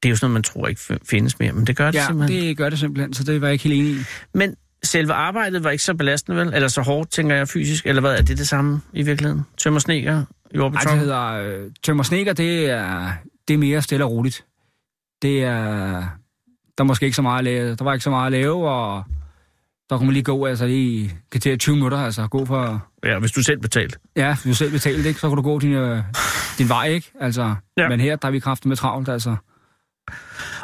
B: Det er jo sådan noget, man tror ikke f- findes mere, men det gør det
E: Ja,
B: simpelthen.
E: det gør det simpelthen, så det var jeg ikke helt enig i.
B: Men selve arbejdet var ikke så belastende, vel? Eller så hårdt, tænker jeg, fysisk? Eller hvad, er det det samme i virkeligheden? Tømmer sneker,
E: Ej, det
B: jordbeton?
E: hedder øh, tømmer sneker, det er, det er mere stille og roligt. Det er, der er måske ikke så meget at lave, der var ikke så meget at lave, og der kunne man lige gå, altså lige kvarter 20 minutter, altså gå for,
B: Ja, hvis du selv betalte.
E: ja, hvis du selv betalte, ikke, så kunne du gå din, øh, din vej, ikke? Altså,
B: Ja.
E: ja. men her, der er vi kraften med travlt, altså.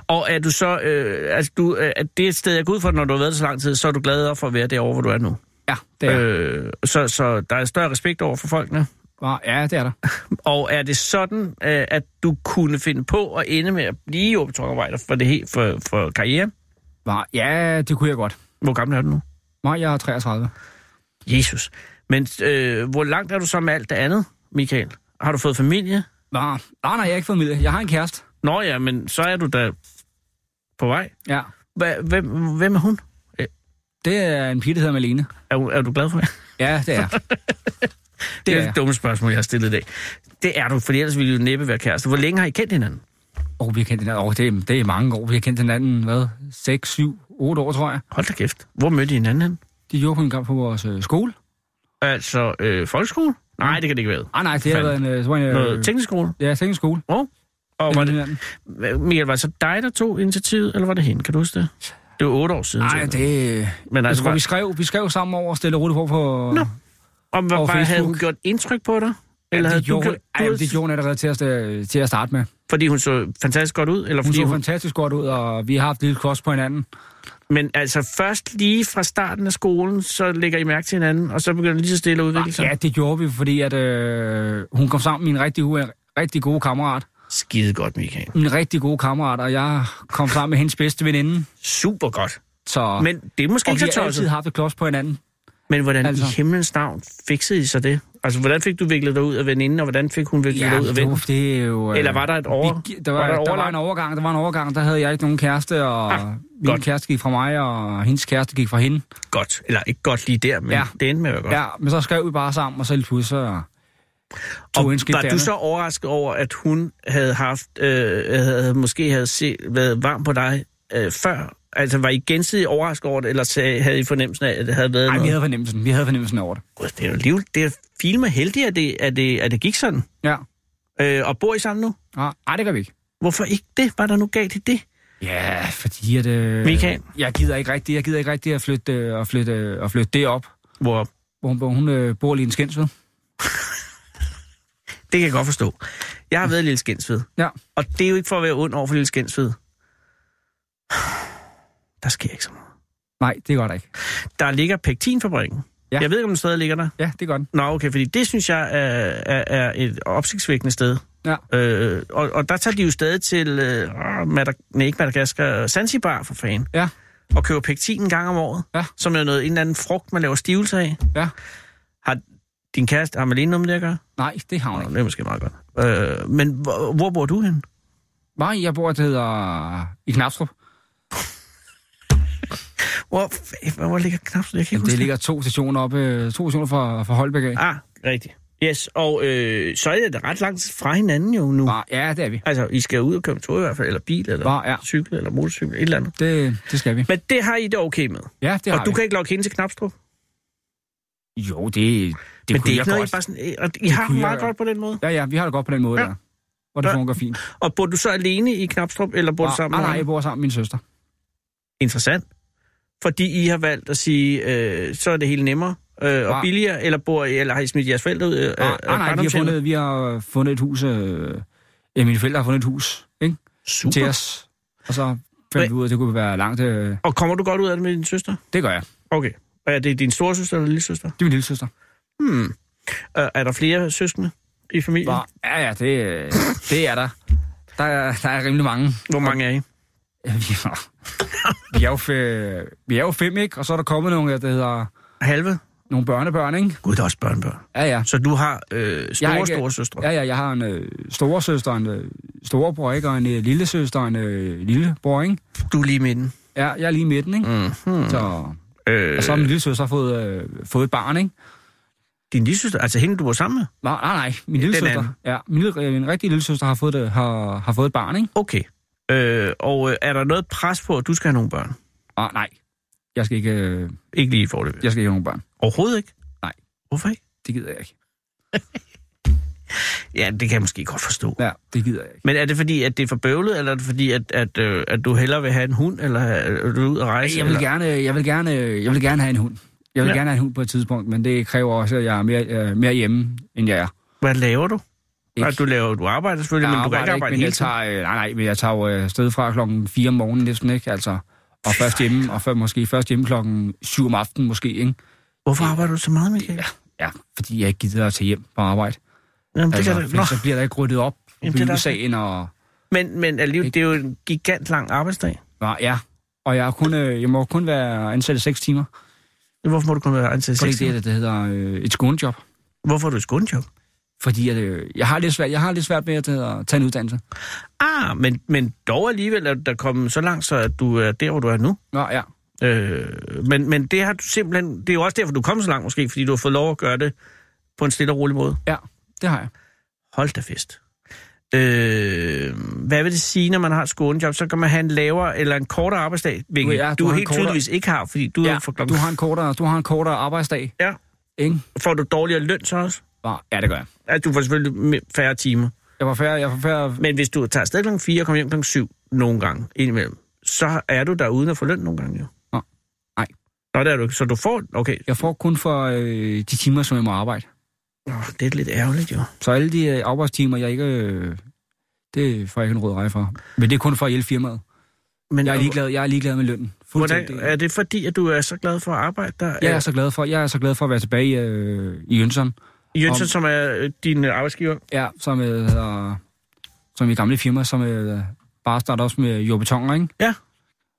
B: Og er du så, øh, altså du, øh, at det er et sted, jeg går ud fra, når du har været der så lang tid, så er du gladere for at være derovre, hvor du er nu.
E: Ja, det er, øh.
B: Øh, så, så der er større respekt over for folkene.
E: ja, det er der.
B: Og er det sådan, øh, at du kunne finde på at ende med at blive jordbetonarbejder for, det helt, for, for karrieren?
E: Var, ja, det kunne jeg godt.
B: Hvor gammel er du nu?
E: Nej, jeg er 33.
B: Jesus. Men øh, hvor langt er du så med alt det andet, Michael? Har du fået familie?
E: Var, nej, nej, jeg har ikke familie. Jeg har en kæreste.
B: Nå ja, men så er du da på vej.
E: Ja.
B: Hva, hvem, hvem er hun?
E: Det er en pige, der hedder Malene.
B: Er, hun- er du glad for det?
E: Ja, det er.
B: Det
E: er
B: er
E: jeg.
B: det dumme spørgsmål, jeg har stillet i dag. Det er du, for ellers ville I jo næppe være kæreste. Hvor længe har I kendt hinanden?
E: Åh, oh, vi har kendt hinanden. Åh, oh, det, er- det er mange år. Vi har kendt hinanden, hvad? 6, 7, 8 år, tror jeg.
B: Hold da kæft. Hvor mødte I hinanden hen?
E: De gjorde på en gang på vores øh, skole.
B: Altså, øh, folkeskole? Nej, det kan det ikke være.
E: Ah, nej, det har
B: Fandt.
E: været en... Øh, det var en øh,
B: Noget teknisk skole?
E: Ja, teknisk skole.
B: Oh. Og var det,
E: hinanden.
B: Michael, var det så dig, der tog initiativet, eller var det hende? Kan du huske det? Det var otte år siden.
E: Nej,
B: tænker
E: det...
B: jeg. Men
E: Jeg
B: altså,
E: tror, vi
B: var,
E: skrev, vi skrev sammen over og stille og roligt på på... Nå,
B: om, hvad, bare,
E: over
B: havde hun
E: Facebook.
B: gjort indtryk på dig? Eller havde
E: det,
B: du
E: gjorde,
B: gjort-
E: ej, det gjorde hun allerede til at, st- til at starte med.
B: Fordi hun så fantastisk godt ud? Eller
E: Hun
B: fordi
E: så fantastisk godt ud, og vi har haft et lille kost på hinanden.
B: Men altså først lige fra starten af skolen, så lægger I mærke til hinanden, og så begynder det lige så stille at udvikle sig.
E: Ja, det gjorde vi, fordi at, øh, hun kom sammen med en rigtig, u- rigtig god kammerat.
B: Skide godt, Michael.
E: En rigtig god kammerat, og jeg kom sammen med hendes bedste veninde.
B: Super godt.
E: Så,
B: Men det er måske
E: og
B: ikke
E: vi
B: så
E: har altid
B: tosset.
E: haft et klods på hinanden.
B: Men hvordan altså.
E: Altså.
B: i himlens navn fiksede I så det? Altså, hvordan fik du viklet dig ud af veninden, og hvordan fik hun viklet dig ud af
E: det,
B: vennen?
E: var- det er jo... øh,
B: Eller var der et over?
E: Vi, der, var, var
B: et
E: der, der var
B: overlap?
E: en overgang, der var en overgang, der havde jeg ikke nogen kæreste, og
B: Ah,
E: ah, min
B: godt.
E: godt. kæreste gik fra mig, og hendes kæreste gik fra hende.
B: Godt. Eller ikke godt lige der, men ja.
E: Ja.
B: det endte med at være godt.
E: Ja, men så skrev vi bare sammen, og så lige pludselig så tog
B: og
E: hendes
B: var du så overrasket over, at hun havde haft, øh, havde, måske havde set, været varm på dig øh, før? Altså, var I gensidigt overrasket over det, eller sagde, havde I fornemmelsen af, at det havde været
E: Nej, vi
B: noget?
E: havde fornemmelsen. Vi havde fornemmelsen over det.
B: Gud, det er jo liv. Det er filmer heldigt, at det, at det, at det gik sådan.
E: Ja.
B: Øh, og bor I sammen nu?
E: Ah, Nej, det gør vi ikke.
B: Hvorfor ikke det? Var der nu galt i det?
E: Ja, fordi at... Øh,
B: Michael?
E: Jeg gider ikke rigtig, jeg gider ikke rigtig at flytte, øh, at flytte, øh, at flytte det op,
B: Hvor
E: hvor hun, hvor hun øh, bor lige i en skændsved.
B: Det kan jeg godt forstå. Jeg har været i Lille Skensved.
E: Ja.
B: Og det er jo ikke for at være ond over for Lille Skensved. Der sker ikke så meget.
E: Nej, det gør der ikke.
B: Der ligger pektinfabrikken.
E: Ja.
B: Jeg ved ikke, om den stadig ligger der.
E: Ja, det gør den.
B: Nå, okay, fordi det synes jeg er, er, er et opsigtsvækkende sted.
E: Ja.
B: Øh, og, og der tager de jo stadig til, øh, Madag- nej, ikke Madagaskar, Zanzibar for fanden,
E: Ja.
B: og køber pektin en gang om året,
E: Ja.
B: som er noget, en eller anden frugt, man laver stivelse af.
E: Ja.
B: Har din kæreste, har man lige noget med det at gøre?
E: Nej, det har hun
B: Nå,
E: ikke.
B: det er måske meget godt. Øh, men hvor, hvor bor du hen?
E: Nej, jeg bor, der hedder... I Knapstrup.
B: Hvor, f- hvor ligger knap? Jeg kan ikke
E: Jamen,
B: huske
E: det ligger to stationer op, øh, to stationer fra, fra Holbæk af.
B: Ah, rigtigt. Yes, og øh, så er det ret langt fra hinanden jo nu.
E: Bare, ja, det er vi.
B: Altså, I skal ud og køre med tog i hvert fald, eller bil, eller
E: Bare, ja.
B: cykel, eller motorcykel, et eller andet.
E: Det, det skal vi.
B: Men det har I det okay med.
E: Ja, det har
B: og du
E: vi.
B: kan ikke lokke hende til Knapstrup.
E: Jo, det,
B: men
E: det
B: det er
E: kunne
B: ikke
E: jeg
B: noget,
E: godt.
B: I bare sådan... øh, Og I har
E: kunne
B: det
E: jeg
B: meget
E: godt.
B: godt på den måde.
E: Ja, ja, vi har det godt på den måde,
B: Ja.
E: ja. der. Og det
B: Ja.
E: fungerer fint.
B: Og bor du så alene i Knapstrup, eller bor du
E: Ah,
B: sammen
E: ah,
B: med
E: nej,
B: ham? Øh,
E: jeg bor sammen med min søster.
B: Interessant. Fordi I har valgt at sige, øh, så er det helt nemmere øh, og
E: Ah.
B: billigere, eller, bor I, eller har I smidt jeres forældre ud? Øh,
E: Ah,
B: af
E: ah, nej, vi har,
B: barndomshjemmet?
E: fundet, vi har fundet et hus. Øh, ja, mine forældre har fundet et hus ikke?
B: Super.
E: til os. Og så
B: Men-
E: fandt vi ud af, at det kunne være langt. Øh,
B: Og kommer du godt ud af det med din søster?
E: det gør jeg.
B: Okay. Og er det din storesøster eller lille søster?
E: Det er min lille søster.
B: Hmm. Øh, er der flere søskende i familien?
E: Ja, ja, det, øh, det er der. Der er, der er rimelig mange.
B: Hvor mange er I?
E: Ja, vi, er, vi, er jo fe, vi er jo fem, ikke? Og så er der kommet nogle, der hedder
B: Halve?
E: nogle børnebørn, ikke?
B: Gud, der er også børnebørn.
E: Ja, ja.
B: Så du har øh, store,
E: har
B: ikke...
E: ikke-
B: store søstre?
E: Ja, ja, jeg har en øh, storesøster, en øh, storebror, ikke? Og en øh, lillesøster, en øh, lillebror, ikke?
B: Du er lige midten.
E: Ja, jeg er lige i midten, ikke?
B: Mm-hmm.
E: Så,
B: Øh,
E: og så har min lillesøster har fået, øh, fået et barn, ikke?
B: Din lille søster? Altså hende, du var sammen med?
E: Nej, nej, nej. Min lillesøster,
B: anden.
E: ja, min lille, øh, min rigtige lillesøster har fået, det, har, har fået et barn, ikke?
B: Okay. Øh, og øh, er der noget pres på, at du skal have nogle børn?
E: Og, Ah, nej, jeg skal ikke, øh,
B: Ikke lige i forløbet. Ja.
E: jeg skal ikke have nogen børn.
B: Overhovedet ikke?
E: Nej.
B: Hvorfor ikke?
E: Det gider jeg ikke.
B: Ja, det kan jeg måske godt forstå. Ja.
E: Ja, det gider jeg ikke.
B: Men er det fordi, at det er for bøvlet, eller er det fordi, at, at, øh, at du hellere vil have en hund, eller er du ud og rejse?
E: Jeg vil,
B: Altså, eller?
E: gerne, jeg, vil gerne, jeg vil gerne have en hund. Jeg vil
B: Ja.
E: ja. gerne have en hund på et tidspunkt, men det kræver også, at jeg er mere, øh, mere hjemme, end jeg er.
B: Hvad laver du?
E: Ikke?
B: Nej, du, laver, du arbejder selvfølgelig,
E: Jeg
B: men du kan ikke
E: arbejder
B: arbejde
E: men
B: hele
E: jeg
B: tiden.
E: tager, øh, nej, nej, men jeg tager jo øh, sted fra klokken 4 om morgenen næsten, ikke? Altså, og først hjemme, og før, måske først hjemme klokken 7 om aftenen måske, ikke?
B: Hvorfor arbejder du så meget, Michael?
E: Ja, fordi jeg ikke gider at tage hjem på arbejde.
B: Jamen, det
E: Altså,
B: kan
E: fordi
B: da... Nå.
E: så bliver der ikke ryddet op på
B: Jamen, det er da-
E: byggesagen, og
B: Men, men alligevel, det er jo en gigant lang arbejdsdag.
E: og ja. Og jeg, er kun, øh, jeg må kun være ansat i 6 timer,
B: Hvorfor må du kun være ansat
E: fordi
B: i
E: det er
B: det?
E: det, der hedder øh, et skånejob.
B: Hvorfor er du et skånejob?
E: Fordi at, øh, jeg, har lidt svært, jeg har lidt svært med at tage tage en uddannelse.
B: Ah, men, men dog alligevel er du da kommet så langt, så at du er der, hvor du er nu.
E: Nå, ja.
B: Øh, men, men det har du simpelthen... Det er jo også derfor, du er kommet så langt måske, fordi du har fået lov at gøre det på en stille og rolig måde.
E: ja, det har jeg.
B: Hold da fest. Øh, hvad vil det sige, når man har et skånejob? Så kan man have en lavere eller en kortere arbejdsdag, hvilket
E: Ja,
B: ja,
E: du
B: du,
E: har en
B: helt
E: kortere-
B: tydeligvis ikke har, fordi du ja, er
E: Ja,
B: for klokken...
E: du har en kortere, du har en kortere arbejdsdag,
B: Ja.
E: ikke?
B: Får du dårligere løn så også?
E: Nå, Ja, det gør jeg.
B: Ja, du får selvfølgelig me- færre timer.
E: Jeg var færre, jeg var færre
B: Men hvis du tager afsted kl. 4 og kommer hjem kl. 7 nogle gange indimellem, så er du der uden at få løn nogle gange jo.
E: Nå, nej.
B: Nå, det er du ikke. Så du får... Okay,
E: Jeg får kun for øh, de timer, som jeg må arbejde.
B: Nå, det er lidt ærgerligt jo.
E: Så alle de øh, arbejdstimer, jeg ikke... Øh, det får jeg ikke en rød rej for. Men det er kun for at hjælpe firmaet.
B: Men
E: Jeg er ligeglad, jeg er ligeglad med lønnen.
B: Hvordan,
E: Fuldstændig.
B: er det fordi, at du er så glad for at arbejde der?
E: Jeg er så glad for, jeg er så glad for at være tilbage i, øh, i Jønsson.
B: Jønsson,
E: om-
B: som er øh, din øh, arbejdsgiver.
E: Ja, som hedder... Øh, som i gamle firma, som øh, bare starter også med jordbetonger, ikke?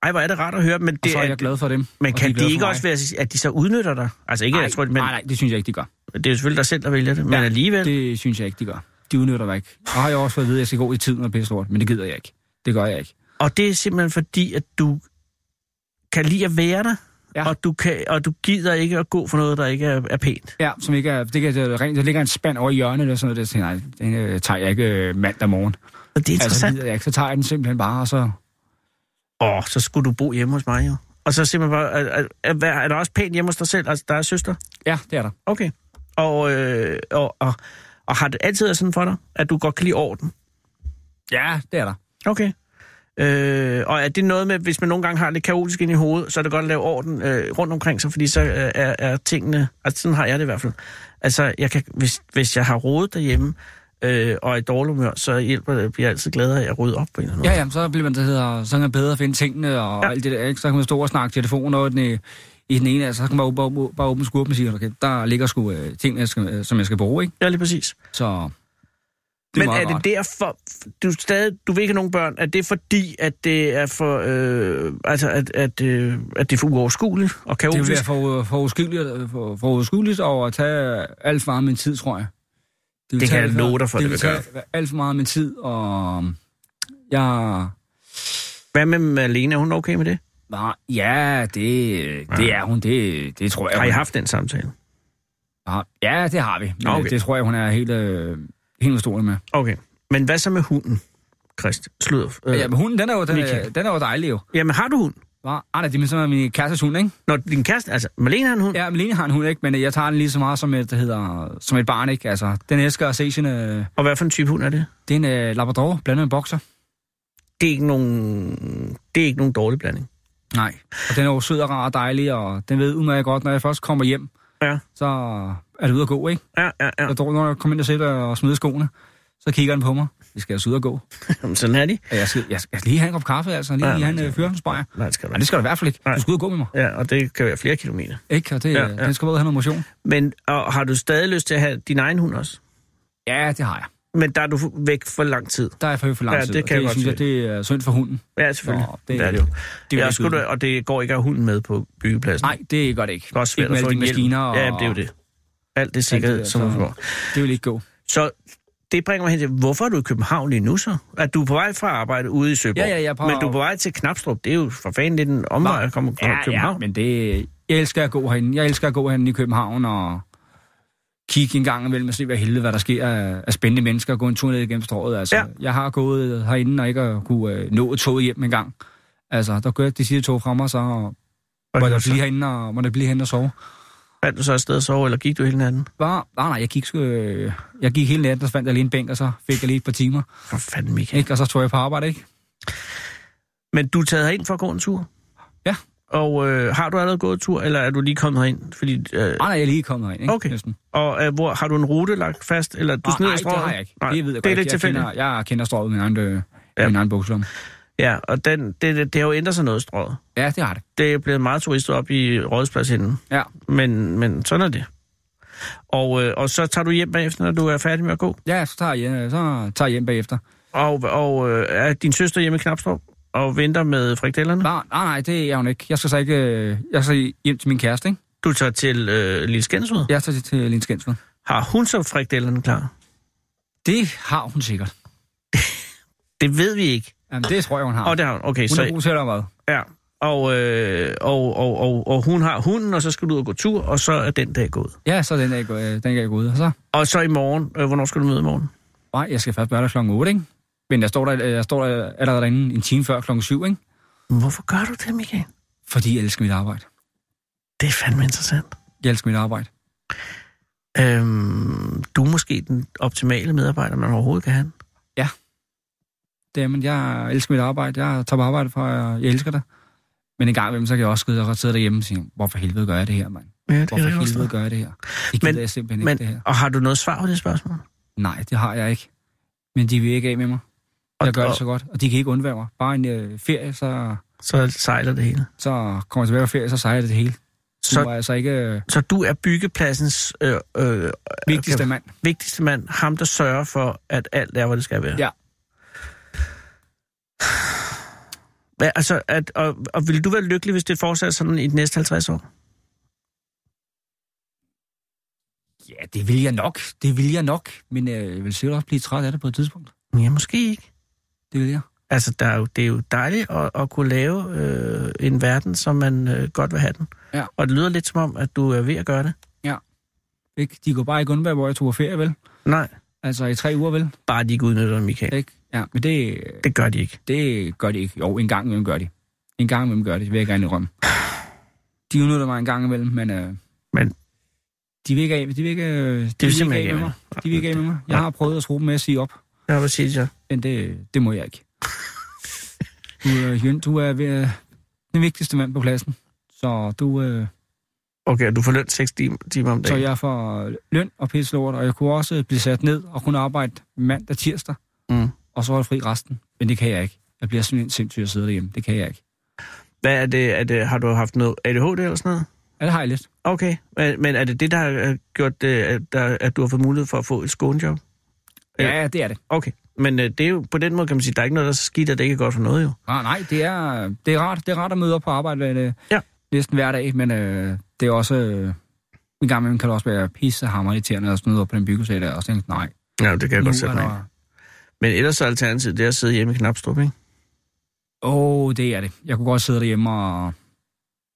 B: Ej, hvor er det rart at høre, men,
E: Og
B: det
E: så er
B: er,
E: jeg glad for dem.
B: men
E: og
B: kan
E: glade
B: det
E: for
B: ikke
E: mig.
B: også være, at de så udnytter dig? Altså ikke,
E: Nej,
B: jeg tror, men
E: nej, nej, det synes jeg ikke, de gør.
B: det er jo selvfølgelig dig selv, der vælger det, men
E: Ja,
B: alligevel. Det...
E: Det synes jeg ikke, de gør. De udnytter mig ikke. Og har jeg også fået at vide, at jeg skal gå i tiden og pisse lort, men det gider jeg ikke. Det gør jeg ikke.
B: Og det er simpelthen fordi, at du kan lide at være der,
E: Ja.
B: og, du kan, og du gider ikke at gå for noget, der ikke er, er pænt.
E: Ja, som ikke er... Det kan, det er rent, der ligger en spand over i hjørnet eller sådan noget. Der, så tænker, jeg, nej, den øh, tager jeg ikke øh, mandag morgen.
B: Og det er
E: Altså,
B: interessant.
E: den gider jeg ikke. Så tager jeg den simpelthen bare, og så...
B: Åh, så skulle du bo hjemme hos mig jo. Og så simpelthen bare, er, er, er, er der også pænt hjemme hos dig selv? Altså, der er søster?
E: Ja, det er der.
B: Okay. Og, øh, og, og, og har det altid været sådan for dig, at du godt kan lide orden?
E: Ja, det er der.
B: Okay. Øh, og er det noget med, hvis man nogle gange har lidt kaotisk ind i hovedet, så er det godt at lave orden øh, rundt omkring sig, fordi så øh, er, er tingene... Altså, sådan har jeg det i hvert fald. Altså, jeg kan, hvis, hvis jeg har rodet derhjemme, øh, og er i dårlig humør, så hjælper det, bliver jeg altid gladere af at rydde op på en eller anden måde.
E: Ja, ja, så bliver man, det hedder, så kan man bedre finde tingene og
B: Ja.
E: ja. alt det der, ikke? Så kan man stå og snakke telefon over den, øh, i den ene, altså, så kan man jo bare, bare, bare åbne skurpen og sige, okay, der ligger sgu øh, ting, jeg skal, øh, som jeg skal bruge, ikke?
B: Ja, lige præcis.
E: Så Det er
B: Men
E: meget
B: er det
E: rart.
B: derfor, du, stadig, du vil ikke have nogen børn, er det fordi, at det er for, øh, altså at, at, øh, at det er for uoverskueligt og
E: Det vil
B: kaotisk?
E: være for, for, uskyldigt, for, for uskyldigt og at tage alt for meget af min tid, tror jeg. vil
B: Det kan
E: tage
B: jeg
E: alt for-
B: love dig for, det
E: vil
B: vil
E: tage alt for meget af min tid, og jeg...
B: Hvad med Malene, er hun okay med det?
E: Nej, ja, det, det er hun. Det, det tror jeg.
B: Har
E: hun-
B: I haft den samtale?
E: Ja, Ja, det har vi. Men
B: Okay.
E: okay. det tror jeg, hun er helt, øh, helt forstående med.
B: Okay. Men hvad så med hunden, Christ? Sludder. Øh,
E: Øh, ja, men hunden, den er jo, den, er,
B: Michael.
E: den er jo dejlig jo.
B: jamen, har du hund?
E: Hva? Ej, nej, det er sådan min kærestes hund, ikke?
B: Når din kæreste, altså Malene har en hund?
E: Ja, men Lene har en hund, ikke? Men øh, jeg tager den lige så meget som et, det hedder, som et barn, ikke? Altså, den elsker at se sin... Øh,
B: Og hvad for en type hund er det?
E: det er en øh, labrador blandet med en boxer.
B: Det er ikke nogen, det er ikke nogen dårlig blanding.
E: Nej. Og den er jo sød og rar og dejlig, og den ved udmærket godt, når jeg først kommer hjem,
B: Ja.
E: så er det ude at gå, ikke?
B: Ja, ja, ja.
E: Ja. Jeg tror, når jeg kommer ind og sætter og smider skoene, så kigger den på mig. Vi skal altså ud og gå.
B: Jamen, sådan er de.
E: Og Jeg skal, jeg skal lige have en kop kaffe, altså. Lige,
B: Ja,
E: ja, lige have
B: men
E: en øh, fyrhjulsbajer.
B: Nej, det skal du
E: Nej, det
B: ikke.
E: skal du i hvert fald ikke.
B: Nej.
E: Du skal ud og gå med mig.
B: Ja, og det kan være flere kilometer.
E: Ikke? Og det,
B: Ja,
E: ja,
B: ja.
E: ja. den skal bare ud og have noget motion.
B: Men og har du stadig lyst til at have din egen hund også?
E: Ja, det har jeg.
B: Men der er du væk for lang tid.
E: Der er jeg for, for lang
B: Ja,
E: tid.
B: det
E: og
B: kan jeg
E: det
B: godt
E: synes jeg, det er synd for hunden.
B: Ja, selvfølgelig.
E: Nå,
B: det,
E: det-
B: er det jo.
E: Det
B: Det
E: er
B: er
E: jo
B: sgu
E: ikke
B: da, og det går ikke at have hunden med på byggepladsen.
E: Nej, det er godt ikke.
B: Det er også svært
E: ikke med
B: at få
E: alle de
B: en hjælp.
E: maskiner. Og,
B: Ja, det er jo det. Alt det sikkerhed,
E: Alt det,
B: som du
E: altså.
B: får.
E: Det vil ikke gå.
B: Så det bringer mig hen til, hvorfor er du i København lige nu så? At du er på vej fra at arbejde ude i Søborg.
E: Ja, ja, jeg er på-
B: Men du er på vej til Knapstrup. Det er jo for fanden lidt en omvej at komme fra
E: Ja, ja,
B: København.
E: men det, jeg elsker at gå herinde. Jeg elsker at gå herinde i København og kigge en gang imellem og se, hvad helvede, hvad der sker af, af spændende mennesker og gå en tur ned igennem strået. Altså,
B: Ja.
E: ja. Jeg har gået herinde og ikke at kunne øh, nå et tog hjem en gang. Altså, der kørte de sidste tog fra mig, så må
B: Hvor
E: jeg
B: du
E: blive herinde og, må jeg blive herinde og sove.
B: Fandt du så afsted og sove, eller gik du hele natten?
E: Var, nej, nej, jeg gik, sgu, øh, jeg gik hele natten, og så fandt jeg lige en bænk, og så fik jeg lige et par timer.
B: For fanden, Michael.
E: Ikke? Og så tog jeg på arbejde, ikke?
B: Men du er taget herind for at gå en tur?
E: Ja.
B: Og øh, har du allerede gået en tur, eller er du lige kommet herind? Fordi, øh,
E: Nej, nej, jeg er lige kommet herind, ikke?
B: Okay.
E: Næsten.
B: og øh, hvor, har du en rute lagt fast, eller du
E: Nå,
B: smider
E: nej,
B: strøget?
E: det har jeg ikke.
B: Nej,
E: det ved jeg
B: det er
E: godt.
B: lidt
E: jeg,
B: tilfældigt.
E: kender, jeg kender strøget med min egen, øh,
B: Ja.
E: ja. min egen bukselum.
B: Ja, og den, det, det, det har jo ændret sig noget, strøget.
E: Ja, det har det.
B: Det er blevet meget turistet op i Rådhuspladshinden.
E: Ja.
B: Men, men sådan er det. Og, øh, og så tager du hjem bagefter, når du er færdig med at gå.
E: Ja, så tager jeg, øh, så tager jeg hjem bagefter.
B: Og, og øh, er din søster hjemme i Knapstrup og venter med frikadellerne?
E: Nej, nej, nej, det er hun ikke. Jeg skal så ikke... øh, Jeg skal hjem til min kæreste, ikke?
B: Du tager til øh, Lille Skensved.
E: Jeg tager til, til Lene Skensved.
B: Har hun så frikadellerne klar?
E: Det har hun sikkert.
B: Det ved vi ikke.
E: Jamen, det tror jeg, hun har.
B: Og det har hun. Okay,
E: hun er
B: så...
E: god til at lave mad.
B: Ja. Og, øh, og, og, og, og hun har hunden, og så skal du ud og gå tur, og så er den dag gået.
E: Ja, så den er, jeg gå- øh, den kan jeg gå ud. Og så...
B: Og så i morgen, øh, hvornår skal du møde i morgen?
E: Nej, jeg skal først være der klokken 8, ikke? Men jeg står der, jeg står der allerede derinde en time før klokken 7, ikke?
B: Hvorfor gør du det, Michael?
E: Fordi jeg elsker mit arbejde.
B: Det er fandme interessant.
E: Jeg elsker mit arbejde.
B: Øhm, du er måske den optimale medarbejder, man overhovedet kan have.
E: Det er, men jeg elsker mit arbejde. Jeg tager på arbejde for, jeg, jeg elsker det. Men en gang imellem, så kan jeg også skide og sidde derhjemme og sige, hvorfor helvede gør jeg det her, mand?
B: Ja, det
E: Hvorfor
B: også
E: helvede
B: noget.
E: gør jeg det her? Det gider
B: Men-
E: men, jeg simpelthen ikke, det her.
B: Men, og har du noget svar på det spørgsmål?
E: Nej, det har jeg ikke. Men de vil ikke af med mig.
B: Og-
E: Jeg gør
B: og-
E: det så godt, og de kan ikke undvære mig. Bare en øh, ferie, så,
B: Så sejler det hele.
E: så kommer jeg tilbage på ferie, så sejler det, det hele. Så... Du
B: Så,
E: er altså ikke øh,
B: så du er byggepladsens øh, øh,
E: vigtigste
B: okay.
E: mand.
B: vigtigste mand, ham der sørger for, at alt er, hvor det skal være.
E: Ja.
B: Ja, altså, at, og, og ville du være lykkelig, hvis det fortsatte sådan i de næste 50 år?
E: Ja, det vil jeg nok. Det vil jeg nok. Men øh, jeg vil sikkert også blive træt af det på et tidspunkt.
B: Ja, måske ikke.
E: Det vil jeg.
B: Altså, der er jo, det er jo dejligt at, at kunne lave øh, en verden, som man øh, godt vil have den.
E: Ja.
B: Og det lyder lidt som om, at du er ved at gøre det.
E: Ikke? De går bare ikke undvære, hvor jeg tog på ferie, vel?
B: Nej,
E: Altså i tre uger, vel?
B: bare de ikke udnytter det, Michael.
E: Ikke? Ja, men det,
B: Det gør de ikke.
E: det gør de ikke. Jo, en gang imellem gør de. En gang imellem gør de, vil jeg gerne rømme. De udnytter mig en gang imellem, men... Øh,
B: Men-
E: De vil ikke af, de vil ikke, øh, de vil
B: simpelthen
E: ikke
B: ikke
E: af med
B: af.
E: mig. De vil ikke af med mig. Jeg har prøvet at skrue dem med at sige op,
B: Ja, hvad siger jeg?
E: men det, det må jeg ikke. Du, øh, Jøn, du er ved, øh, den vigtigste mand på pladsen, så du, øh,
B: Okay, og du får løn 6 tim- timer om
E: så
B: dagen.
E: jeg får løn og pisselort, og jeg kunne også blive sat ned og kunne arbejde mandag tirsdag,
B: Mm.
E: og så holde fri resten. Men det kan jeg ikke. Jeg bliver simpelthen sindssyg at sidde derhjemme. Det kan jeg ikke.
B: Hvad er det, er det? Har du haft noget ADHD eller sådan noget?
E: Ja, det har jeg lidt.
B: Okay, men men er det det, der har øh, gjort, øh, at, der, at du har fået mulighed for at få et skånejob?
E: Ja, det er det.
B: Okay, men øh, det er jo, på den måde kan man sige, der er ikke noget, der er så skidt, at det ikke er godt for noget jo.
E: Nej, Ah, nej, det er, det er rart. Det er rart at møde op på arbejde øh,
B: Ja.
E: næsten hver dag, men øh, det er også... Øh, en gang imellem kan det også være pissehammer irriterende at snyde op på den byggeskade der, og så tænke, nej,
B: Ja, det kan jeg
E: nu
B: godt sætte
E: er
B: mig ind.
E: der-
B: Men ellers er alternativet, det er at sidde hjemme i Knapstrup, ikke?
E: Åh, oh, det er det. Jeg kunne godt sidde derhjemme og,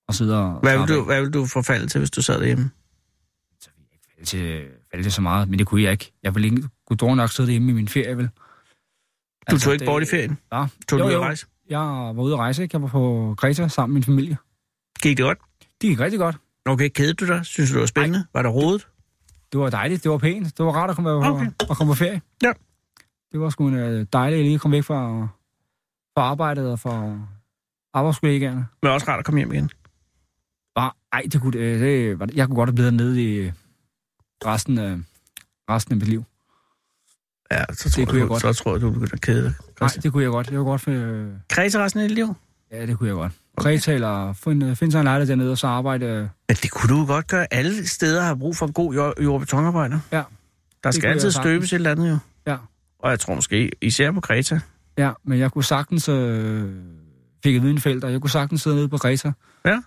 E: og sidde og...
B: Hvad vil,
E: slappe
B: du, hvad vil du forfalde til, hvis du sad derhjemme?
E: så ville jeg ikke falde til, falde til så meget, men det kunne jeg ikke. Jeg ville ikke kunne dårlig nok sidde hjemme i min ferie, vel?
B: Du tog ikke bort i ferien?
E: Ja,
B: Tog
E: Altså, Jo,
B: du ud at
E: jo.
B: rejse?
E: jeg var ude at rejse, ikke? Jeg var på Kreta sammen med min familie.
B: Gik det godt?
E: Det gik rigtig godt.
B: Okay, kedede du dig? Synes du, det var spændende? Var der rodet?
E: Det var dejligt, det var pænt. Det var rart at komme,
B: Okay.
E: okay. at komme på ferie.
B: Ja.
E: Det var sgu en øh, dejligt lige at komme væk fra, fra arbejdet og fra arbejdskollegaerne.
B: Men også rart at komme hjem igen.
E: Bare, ej, det kunne, øh, det, var- jeg kunne godt have blevet nede i øh, resten af, resten af mit liv.
B: Ja, så tror,
E: kunne jeg
B: du,
E: godt.
B: så tror jeg, du begynder at kede dig.
E: Nej, det kunne jeg godt. Jeg kunne godt finde, øh,
B: Kredse resten af dit liv?
E: Ja, det kunne jeg godt. Kreta eller finde, finde sig en lejlighed dernede, og så arbejde. øh,
B: Men det kunne du jo godt gøre. Alle steder har brug for en god jord- jord- og betonarbejder.
E: Ja.
B: Der
E: Det
B: skal
E: kunne jeg
B: altid
E: sagtens.
B: støbes et eller andet jo.
E: Ja.
B: Og jeg tror måske, især på Kreta.
E: Ja, men jeg kunne sagtens... Øh, fik et videnfelt, og jeg kunne sagtens sidde nede på Kreta.
B: Ja.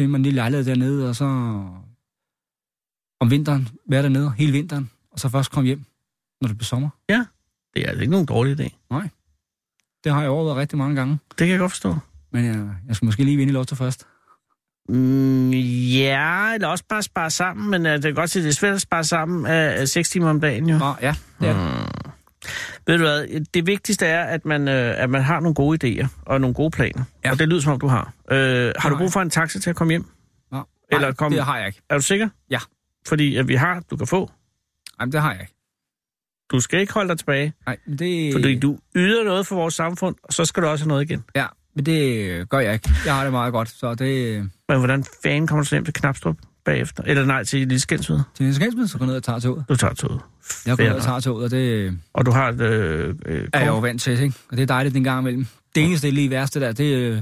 E: Finde mig en lille lejlighed dernede, og så... Om vinteren, være dernede hele vinteren, og så først komme hjem, når det bliver sommer.
B: Det er altså ikke nogen dårlig idé.
E: Det har jeg overvejet rigtig mange gange,
B: Det kan jeg godt forstå.
E: men jeg, jeg skal måske lige vinde i lotto først.
B: Mm, ja, eller også bare spare sammen, men uh, det kan godt sige, det er svært at spare sammen af uh, 6 timer om dagen jo.
E: Nå, Ah, ja, det er det.
B: Mm. Ved du hvad, det vigtigste er, at man, øh, at man har nogle gode idéer og nogle gode planer. Ja.
E: Ja.
B: Og det lyder som om, du har. Øh, har du
E: Nej.
B: brug for en taxa til at komme hjem?
E: Nå,
B: Eller
E: nej,
B: kom-
E: det har jeg ikke.
B: Er du sikker?
E: Ja.
B: Fordi at vi har, du kan få.
E: Jamen, det har jeg ikke.
B: Du skal ikke holde dig tilbage,
E: Nej, men det...
B: fordi du yder noget for vores samfund, og så skal du også have noget igen.
E: Ja, men det øh, gør jeg ikke. Jeg har det meget godt, så det... øh,
B: Men hvordan fanden kommer du så hjem til Knapstrup bagefter? Eller nej, til Lille Skensved?
E: Til en skændsmid, så går jeg ned og tager toget.
B: Du tager toget.
E: Jeg går
B: Fair
E: ned og
B: nok.
E: tager toget, og det
B: Og du har et øh, øh,
E: er jeg jo
B: kort.
E: vant til, ikke? Og det er dejligt en gang imellem. Det eneste lige værste der, det er, øh,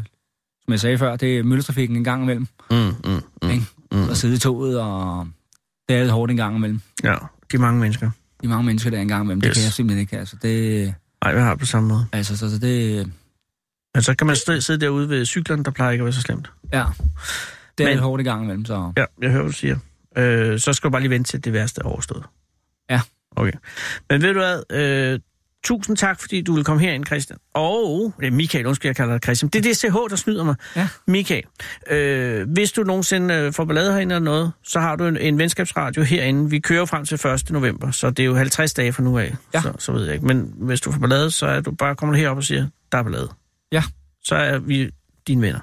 E: som jeg sagde før, det er mølletrafikken en gang imellem.
B: Mm, mm, mm,
E: Ikke?
B: mm.
E: Og sidde i toget, og det er lidt hårdt en gang imellem.
B: Ja, de mange mennesker.
E: De mange mennesker der en gang imellem, yes.
B: Yes.
E: det kan jeg simpelthen ikke. Altså, det,
B: Nej, vi har det på samme måde.
E: altså, så, så det,
B: Men så kan man st- sidde derude ved cyklerne, der plejer ikke at være så slemt.
E: ja, det er
B: Men-
E: lidt hårdt en gang imellem, så...
B: Ja, jeg hører, hvad du siger. Øh, så skal du bare lige vente til at det værste er overstået.
E: Ja.
B: Okay. Men ved du hvad, øh, tusind tak, fordi du vil komme herind, Christian. Og, det er Michael, undskyld, jeg kalder dig Christian. Det er DCH, der snyder mig.
E: Ja.
B: Michael, øh, hvis du nogensinde øh, får ballade herinde eller noget, så har du en, en venskabsradio herinde. Vi kører frem til 1. november, så det er jo 50 dage fra nu af.
E: Ja.
B: Så, så ved jeg ikke. Men hvis du får ballade, så er du bare kommer du herop og siger, der er ballade.
E: Ja.
B: Så er vi dine venner.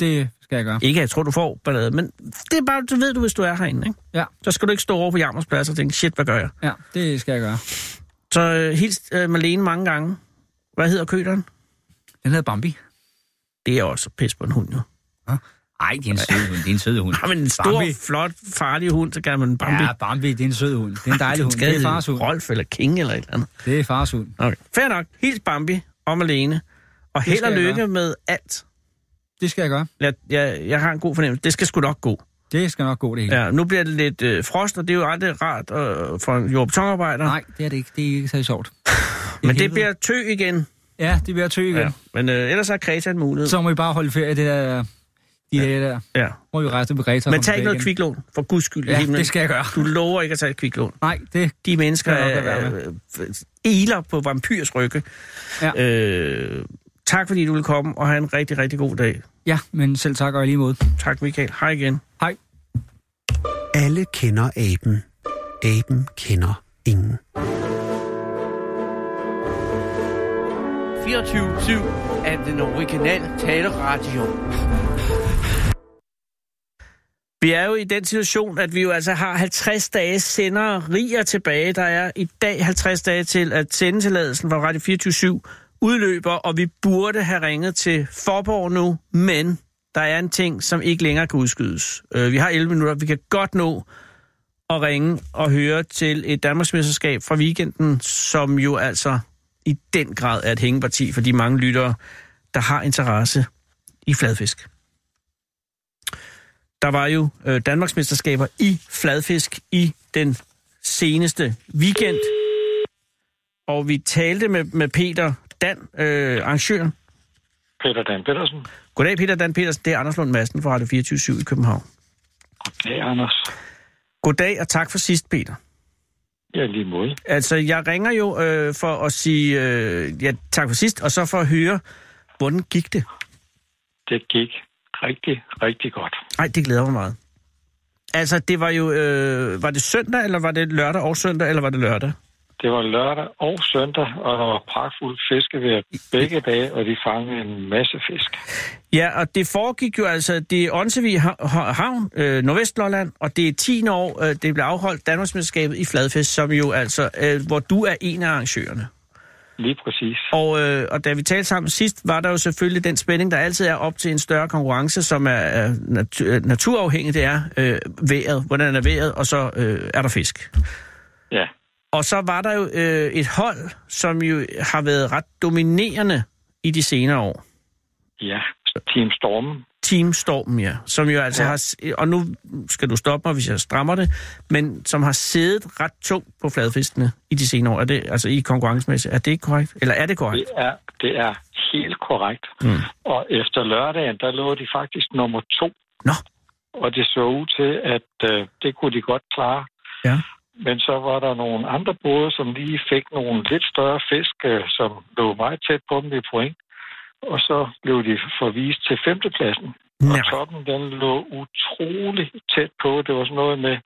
E: Det skal jeg gøre.
B: Ikke, at jeg tror, du får ballade, men det er bare, du ved du, hvis du er herinde, ikke?
E: Ja.
B: Så skal du ikke stå over på Jammers plads og tænke, shit, hvad gør jeg?
E: Ja, det skal jeg gøre.
B: Så øh, hils øh, Malene mange gange. Hvad hedder køderen?
E: Den hedder Bambi.
B: Det er også pis på en hund, jo.
E: Ej, det er en sød hund. Det er en sød hund.
B: Har man en stor, Bambi.
E: Bambi.
B: flot, farlig hund, så kan man Bambi.
E: Ja, Bambi, det er en sød hund. Det er en dejlig hund.
B: Skal
E: Det er fars hund.
B: Rolf eller King eller et eller andet.
E: Det er fars hund.
B: Okay. Fair nok. Hils Bambi og Malene. Og held og
E: skal jeg
B: lykke
E: gøre.
B: med alt.
E: Det skal jeg gøre.
B: Jeg, jeg, jeg har en god fornemmelse. Det skal sgu nok gå.
E: Det skal nok gå, det hele.
B: Ja, nu bliver det lidt øh, frost, og det er jo aldrig rart øh, for en jordbetonarbejder.
E: Nej, det er det ikke. Det er ikke særlig sjovt.
B: Men det
E: helvede.
B: bliver tø igen.
E: Ja, det bliver tø igen.
B: Ja. Men øh, ellers er Kreta en mulighed.
E: Så må I bare holde ferie det der, de ja. dage der.
B: Ja.
E: Må vi rejse til Greta. og
B: Men
E: komme
B: tag ikke
E: tilbage
B: noget
E: igen.
B: kviklån, for guds skyld. i
E: Ja,
B: himlen.
E: det skal jeg gøre.
B: Du lover ikke at tage et kviklån.
E: Nej, det...
B: De mennesker
E: Det skal jeg nok
B: er,
E: lade
B: er, eler på vampyrs rygge.
E: Ja.
B: Øh, tak fordi du vil komme, og have en rigtig, rigtig god dag.
E: Ja, men selv tak og i lige måde.
B: Tak Michael. Hej igen.
E: Hej.
A: Alle kender aben. Aben kender ingen.
F: 24-7 af den originale taleradio.
B: Vi er jo i den situation, at vi jo altså har 50 dage senderier tilbage. Der er i dag 50 dage til, at sendetilladelsen fra Radio 24 udløber, og vi burde have ringet til Forborg nu, men der er en ting, som ikke længere kan udskydes. Øh, Vi har 11 minutter. Vi kan godt nå at ringe og høre til et Danmarksmesterskab fra weekenden, som jo altså i den grad er et hængeparti for de mange lyttere, der har interesse i fladfisk. Der var jo øh, Danmarksmesterskaber i fladfisk i den seneste weekend. og vi talte med, med Peter Dan, øh, arrangøren.
G: Peter Dan Petersen.
B: Goddag, Peter Dan Petersen. Det er Anders Lund Madsen fra Radio 24 i København.
G: Goddag, Anders.
B: Goddag, og tak for sidst, Peter.
G: Ja, lige måde.
B: Altså, jeg ringer jo øh, for at sige øh, ja, tak for sidst, og så for at høre, hvordan gik det?
G: Det gik rigtig, rigtig godt.
B: Nej, det glæder mig meget. Altså, det var jo... Øh, var det søndag, eller var det lørdag og søndag, eller var det lørdag?
G: Det var lørdag og søndag, og der var pragtfuldt fiskevejr begge dage, og de fangede en masse fisk.
B: Ja, og det foregik jo altså, det er Onsevig Havn, øh, Nordvestlolland, og det er 10. år, øh, det blev afholdt Danmarksmesterskabet i Fladfisk, som jo altså, øh, hvor du er en af arrangørerne.
G: Lige præcis.
B: Og, øh, og da vi talte sammen sidst, var der jo selvfølgelig den spænding, der altid er op til en større konkurrence, som er, er nat- naturafhængig, det er øh, vejret, hvordan er vejret, og så øh, er der fisk.
G: Ja,
B: Og så var der jo øh, et hold, som jo har været ret dominerende i de senere år.
G: ja. Team Stormen.
B: Team Stormen, ja. Som jo altså ja.
G: Ja.
B: har... s- Og nu skal du stoppe mig, hvis jeg strammer det. Men som har siddet ret tungt på fladfiskene i de senere år. Er det, altså i konkurrencemæssigt. Er det ikke korrekt? Eller er det korrekt?
G: Det er, det er helt korrekt.
B: Mm.
G: Og efter lørdagen, der lå de faktisk nummer to.
B: Nå.
G: Og det så ud til, at øh, det kunne de godt klare.
B: Ja.
G: Men så var der nogle andre både, som lige fik nogle lidt større fisk, øh, som lå meget tæt på dem i point. Og så blev de forvist til femtepladsen. Og
B: Nej.
G: toppen, den lå utrolig tæt på. Det var sådan noget med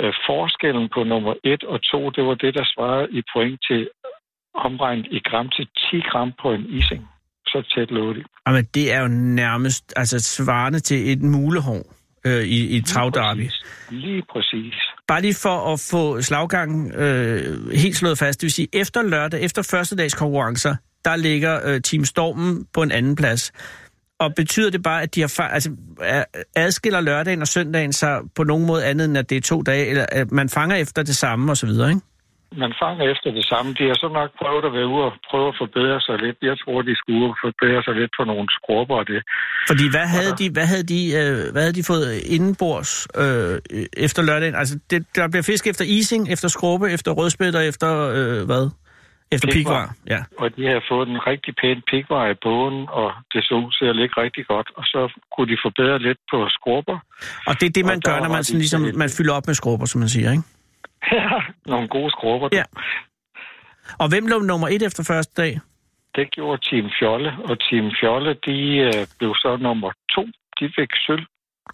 G: øh, forskellen på nummer 1 og 2. Det var det, der svarede i point til øh, omregnet i gram til 10 gram på en ising. Så tæt lå de.
B: Jamen, det er jo nærmest altså, svarende til et mulehår øh, i, i et travdarby.
G: Præcis. Lige præcis.
B: Bare lige for at få slaggangen øh, helt slået fast. Det vil sige, efter lørdag, efter første dags konkurrencer, der ligger øh, Team Stormen på en anden plads. Og betyder det bare, at de har fa- altså, er- adskiller lørdagen og søndagen sig på nogen måde andet, end at det er to dage, eller at man fanger efter det samme osv., ikke?
G: Man fanger efter det samme. De har så nok prøvet at være ude og prøve at forbedre sig lidt. Jeg tror, de skulle ud og forbedre sig lidt for nogle skrubber og det.
B: Fordi hvad havde de, hvad havde de, øh, hvad havde de fået indenbords øh, øh, efter lørdagen? Altså, det, der bliver fisk efter ising, efter skrubbe, efter rødspæt og efter øh, hvad? Efter
G: Pikvar.
B: pikvar, ja.
G: Og de havde fået en rigtig pæn pikvej i båden, og det så ud til at ligge rigtig godt. Og så kunne de forbedre lidt på skrubber.
B: Og det er det, man
G: Og
B: gør,
G: der
B: når
G: var
B: man,
G: de
B: sådan, ligesom,
G: helt-
B: man fylder op med skrubber, som man siger, ikke?
G: nogle gode skrubber.
B: Ja. Og hvem lå nummer et efter første dag?
G: Det gjorde Team Fjolle, og Team Fjolle, de øh, blev så nummer to. De fik sølv.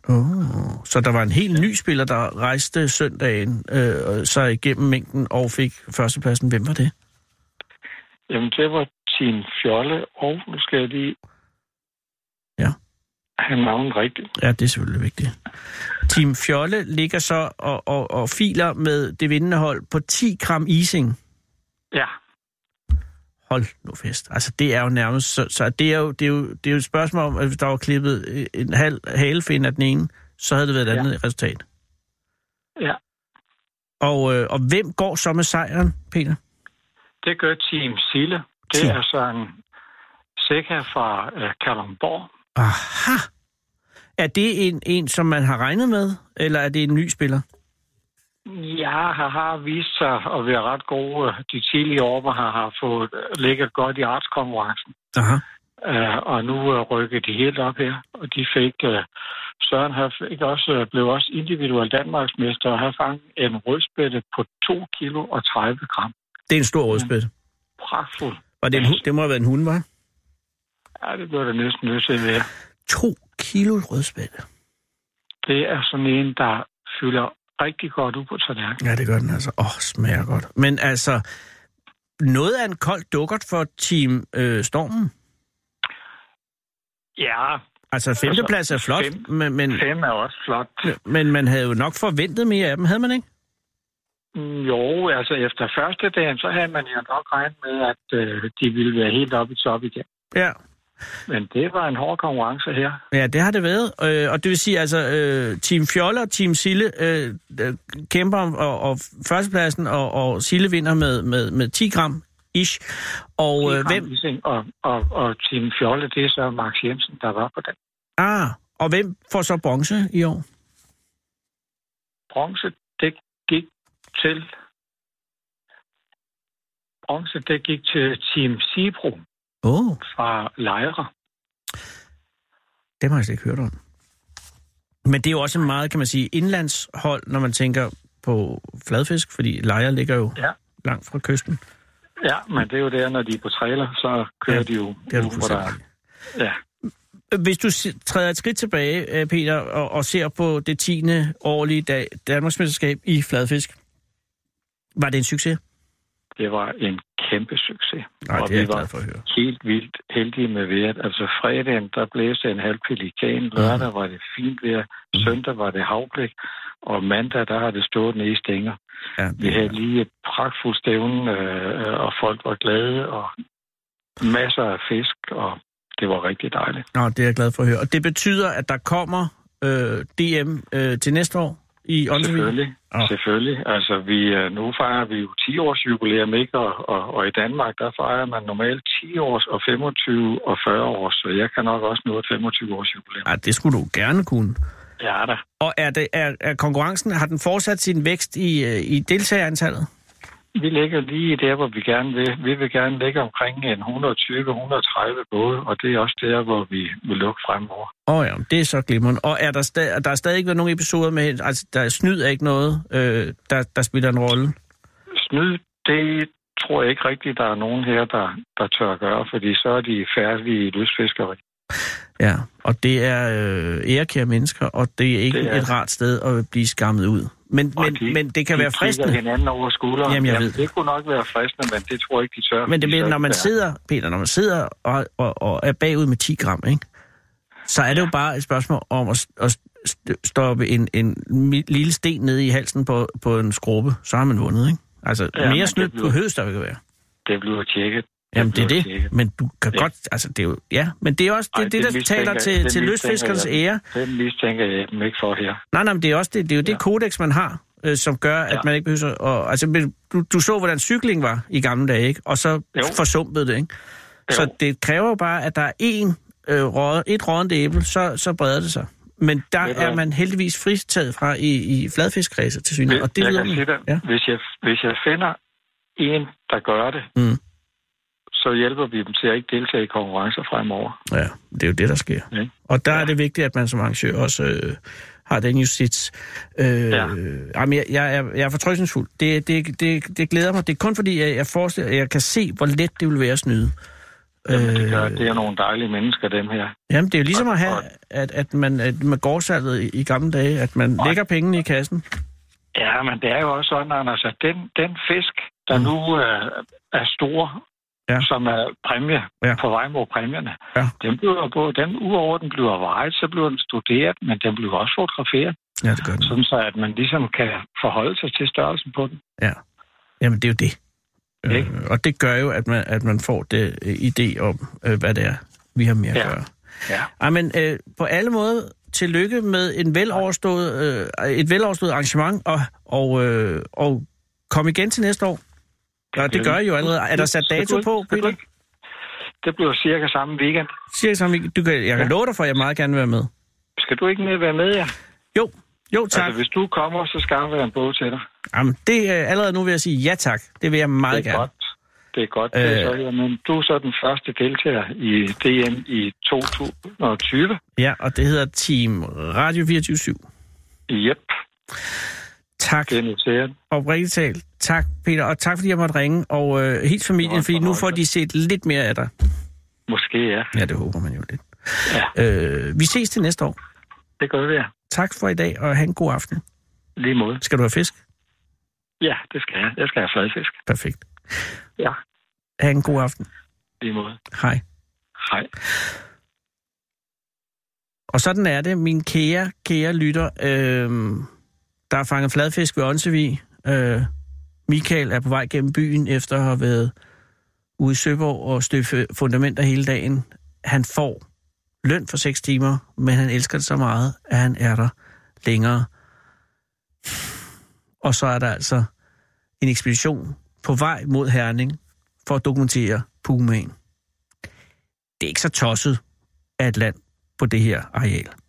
B: Oh. Så der var en helt ny spiller, der rejste søndagen øh, så igennem mængden og fik førstepladsen. Hvem var det?
G: Jamen, det var Team Fjolle, og nu skal jeg lige...
B: Ja.
G: Han navnet rigtigt.
B: Ja, det er selvfølgelig vigtigt. Team Fjolle ligger så og, og, og filer med det vindende hold på 10 gram ising.
G: Ja.
B: Hold nu fest. Altså, det er jo nærmest... Så, så det, er jo, det, er jo, det er jo et spørgsmål om, at hvis der var klippet øh, en halv halefind af den ene, så havde det været et
G: Ja.
B: andet resultat.
G: Ja.
B: Og, øh, og hvem går så med sejren, Peter?
G: Det gør Team Sille. Det
B: Team.
G: er Søren Seca fra øh, Kalundborg.
B: Aha! Er det en, en, som man har regnet med, eller er det en ny spiller?
G: Ja, har, har vist sig at være ret gode de tidlige år, hvor han har fået øh, ligget godt i artskonkurrencen.
B: Aha.
G: Uh, og nu uh, rykker de helt op her, og de fik... Uh, Søren har fik også, øh, blev også individuel Danmarksmester, og har fanget en rødspætte på 2 kilo og 30 gram.
B: Det er en stor rødspæt.
G: Pragtfuld.
B: Var det, en, hu- det må have været en hund, var?
G: Ja, det blev der næsten nødt til at være.
B: To kilo rødspæt.
G: Det er sådan en, der fylder rigtig godt ud på tallerkenen.
B: Ja, det gør den altså. Åh, oh, smager godt. Men altså, noget af en kold dukkert for Team øh, Stormen.
G: Ja,
B: Altså, femteplads er flot,
G: fem-
B: men, men,
G: fem er også flot.
B: men man havde jo nok forventet mere af dem, havde man ikke?
G: Mm, Jo, altså efter første dagen, så havde man jo nok regnet med, at øh, de ville være helt oppe i top igen.
B: Ja.
G: Men det var en hård konkurrence her.
B: Ja, det har det været. Øh, og det vil sige, altså, øh, Team Fjolle og Team Sille øh, øh, kæmper om og, og førstepladsen, og, og Sille vinder med, med, med 10 gram ish. Og øh, hvem,
G: Ising Og, og, og Team Fjolle, det er så Max Jensen, der var på den.
B: ah, og hvem får så bronze i år?
G: Bronze, det gik til bronze, det gik til Team Sibro
B: Åh, oh,
G: fra Lejre.
B: det har jeg slet ikke hørt om. Men det er jo også en meget, kan man sige, indlandshold, når man tænker på fladfisk, fordi lejer ligger jo ja.
G: Ja.
B: langt fra kysten.
G: Ja, men det er jo der, når de er på trailer, så kører
B: Ja,
G: de jo
B: Det har du
G: ude, hvor der
B: fuldstændig.
G: er
B: ret i.
G: Ja.
B: Hvis du si- træder et skridt tilbage, øh, Peter, og, og ser på det 10. årlige dag, Danmarksmesterskab i fladfisk, var det en succes?
G: Det var en kæmpe succes.
B: Nej,
G: Og
B: det er jeg
G: vi var-
B: glad for at høre.
G: Helt vildt heldige med vejret. Altså fredagen, der blæste en halv pelikan. Lørdag var det fint vejr. Søndag var det havblik. Og mandag, der har det stået nede i stænger.
B: Ja,
G: Vi havde lige et pragtfuldt stævne, øh, øh, og folk var glade, og masser af fisk, og det var rigtig dejligt.
B: Nå, det er jeg glad for at høre. Og det betyder, at der kommer øh, DM øh, til næste år i Åndsvig?
G: Selvfølgelig.
B: Ah.
G: Oh. Selvfølgelig. Altså, vi, øh, nu fejrer vi jo 10 års jubilæum, ikke? Og, og, og i Danmark, der fejrer man normalt 10 års og 25 og 40 års, så jeg kan nok også nå et 25 års jubilæum.
B: Ja, det skulle du gerne kunne.
G: Ja, da.
B: Og er, det, er, er konkurrencen, har den fortsat sin vækst i, øh, i deltagerantallet?
G: Vi ligger lige der, hvor vi gerne vil. Vi vil gerne ligge omkring en 120-130 både, og det er også der, hvor vi vil lukke fremover.
B: Åh oh ja, det er så glimrende. Og er der, sta- er der stadig ikke været nogen episoder med, altså der er snyd er ikke noget, øh, der, der spiller en rolle?
G: Snyd, det tror jeg ikke rigtigt, der er nogen her, der, der tør gøre, fordi så er de færdige i lystfiskeri.
B: Ja, og det er øh, ærekære mennesker, og det er ikke det
G: Det
B: er.
G: er-
B: et rart sted at blive skammet ud. Men,
G: Og
B: men,
G: de-
B: men det kan
G: de
B: være fristende.
G: kigger hinanden over skulderen.
B: Jamen, jeg ved
G: det kunne nok være fristende, men det tror jeg ikke, de tør.
B: Men det
G: fordi
B: bliver,
G: så
B: når
G: er
B: man
G: der-
B: sidder, Peter, når man sidder og, og, og er bagud med 10 gram, ikke? så er det jo bare et spørgsmål om at, at st- stoppe en, en mi- lille sten ned i halsen på, på en skråbe, så har man vundet, ikke? Altså,
G: Ja,
B: ja,
G: men
B: mere
G: det
B: snydt på
G: bliver-
B: høst, der vil være.
G: Det bliver tjekket.
B: Jamen, det er
G: bliver
B: det.
G: tjekket.
B: Men du kan
G: Ja.
B: godt... Altså, det er jo... Ja, men det er også det,
G: Ej,
B: Ej, det,
G: det
B: der
G: mistænker
B: taler
G: jeg.
B: til,
G: Det
B: til
G: mistænker
B: lystfiskernes
G: jeg.
B: ære.
G: Den mistænker jeg dem ikke for her.
B: Nej, nej, men det er, også det, det, er jo det
G: Ja.
B: kodex, man har, øh, som gør, at
G: Ja.
B: man ikke behøver... Og, altså, men du, du så, hvordan cykling var i gamle dage, ikke? Og så jo.
G: Jo.
B: forsumpede det, ikke? Så det kræver jo bare, at der er én, øh, råd, et rådende æble, så, så breder det sig. Men der
G: Ved du
B: er
G: hvad?
B: man heldigvis fritaget fra i, i fladfiskkredse til
G: Men
B: synet, og det
G: jeg
B: lyder
G: kan sige dig,
B: Ja.
G: hvis, jeg, hvis jeg finder en, der gør det,
B: Mm.
G: så hjælper vi dem til at ikke deltage i konkurrencer fremover.
B: Ja, det er jo det, der sker.
G: Ja.
B: Og der ja. er
G: Ja.
B: det vigtigt, at man som arrangør også øh, har den justits. Øh, ja.
G: Ja.
B: jamen, jeg, jeg, er, jeg er fortrøstningsfuld. Det, det, det, det glæder mig. Det er kun fordi, jeg, jeg, forestiller, jeg kan se, hvor let det vil være at snyde. Øh,
G: Jamen, det, gør, det er nogle dejlige mennesker, dem her.
B: Jamen, det er jo ligesom at have,
G: Og-
B: at, at man at med gårdsalget i, i gamle dage, at man
G: Og-
B: lægger pengene i kassen.
G: Ja, men det er jo også sådan, Anders, at den, den fisk, der
B: Mm.
G: mm. nu øh, er stor,
B: Ja.
G: ja. som er præmie,
B: Ja.
G: ja. på vej mod præmierne,
B: Ja.
G: den bliver på, den udover den bliver vejet, så bliver den studeret, men den bliver også fotograferet,
B: Ja, det gør det.
G: sådan så at man ligesom kan forholde sig til størrelsen på den.
B: Jamen, det er jo det.
G: Ikke?
B: Øh, og det gør jo, at man, at man får det øh, idé om, øh, hvad det er, vi har med at
G: Ja.
B: gøre.
G: Ja.
B: Ej, men øh, på alle måder, tillykke med en veloverstået, øh, et veloverstået arrangement, og, og, øh, og kom igen til næste år. Ja, det gør I jo allerede. Er der sat dato på, Peter?
G: Det bliver cirka samme weekend.
B: Siger sammen, du kan, jeg kan
G: Ja.
B: love dig for, at jeg meget gerne vil være med.
G: Skal du ikke med være med, ja?
B: Jo, jo tak.
G: Altså, hvis du kommer, så skaffer jeg en bog til dig.
B: Jamen, det er allerede nu vil jeg sige ja tak. Det vil jeg meget
G: det er
B: gerne.
G: godt. Det er godt.
B: Øh.
G: Øh... Det er så, her, men du er så den første deltager i DM i 2020.
B: Ja, og det hedder Team Radio 24
G: Jep,
B: Tak.
G: det er noteret.
B: oprigtigt talt. Tak, Peter, og tak fordi jeg måtte ringe, og øh, helt
G: Det var
B: familien,
G: en
B: fordi nu får de
G: fornøjelse.
B: set lidt mere af dig.
G: Måske ja.
B: Ja, det håber man jo lidt. Ja. Øh, vi ses til næste år.
G: Det gør vi, ja.
B: Tak for i dag, og have en god aften.
G: Lige måde.
B: Skal du have fisk?
G: Ja, det skal jeg. Jeg skal have fladfisk.
B: Perfekt.
G: Ja.
B: Ha' en god aften.
G: Lige måde.
B: Hej.
G: Hej.
B: Og sådan er det, min kære, kære lytter. Øh, der er fanget fladfisk ved Onsevig. Øh, Michael er på vej gennem byen efter at have været ude i Søborg og støbe fundamenter hele dagen. Han får løn for 6 timer, men han elsker det så meget, at han er der længere. Og så er der altså en ekspedition på vej mod Herning for at dokumentere Pumaen. Det er ikke så tosset af et land på det her areal.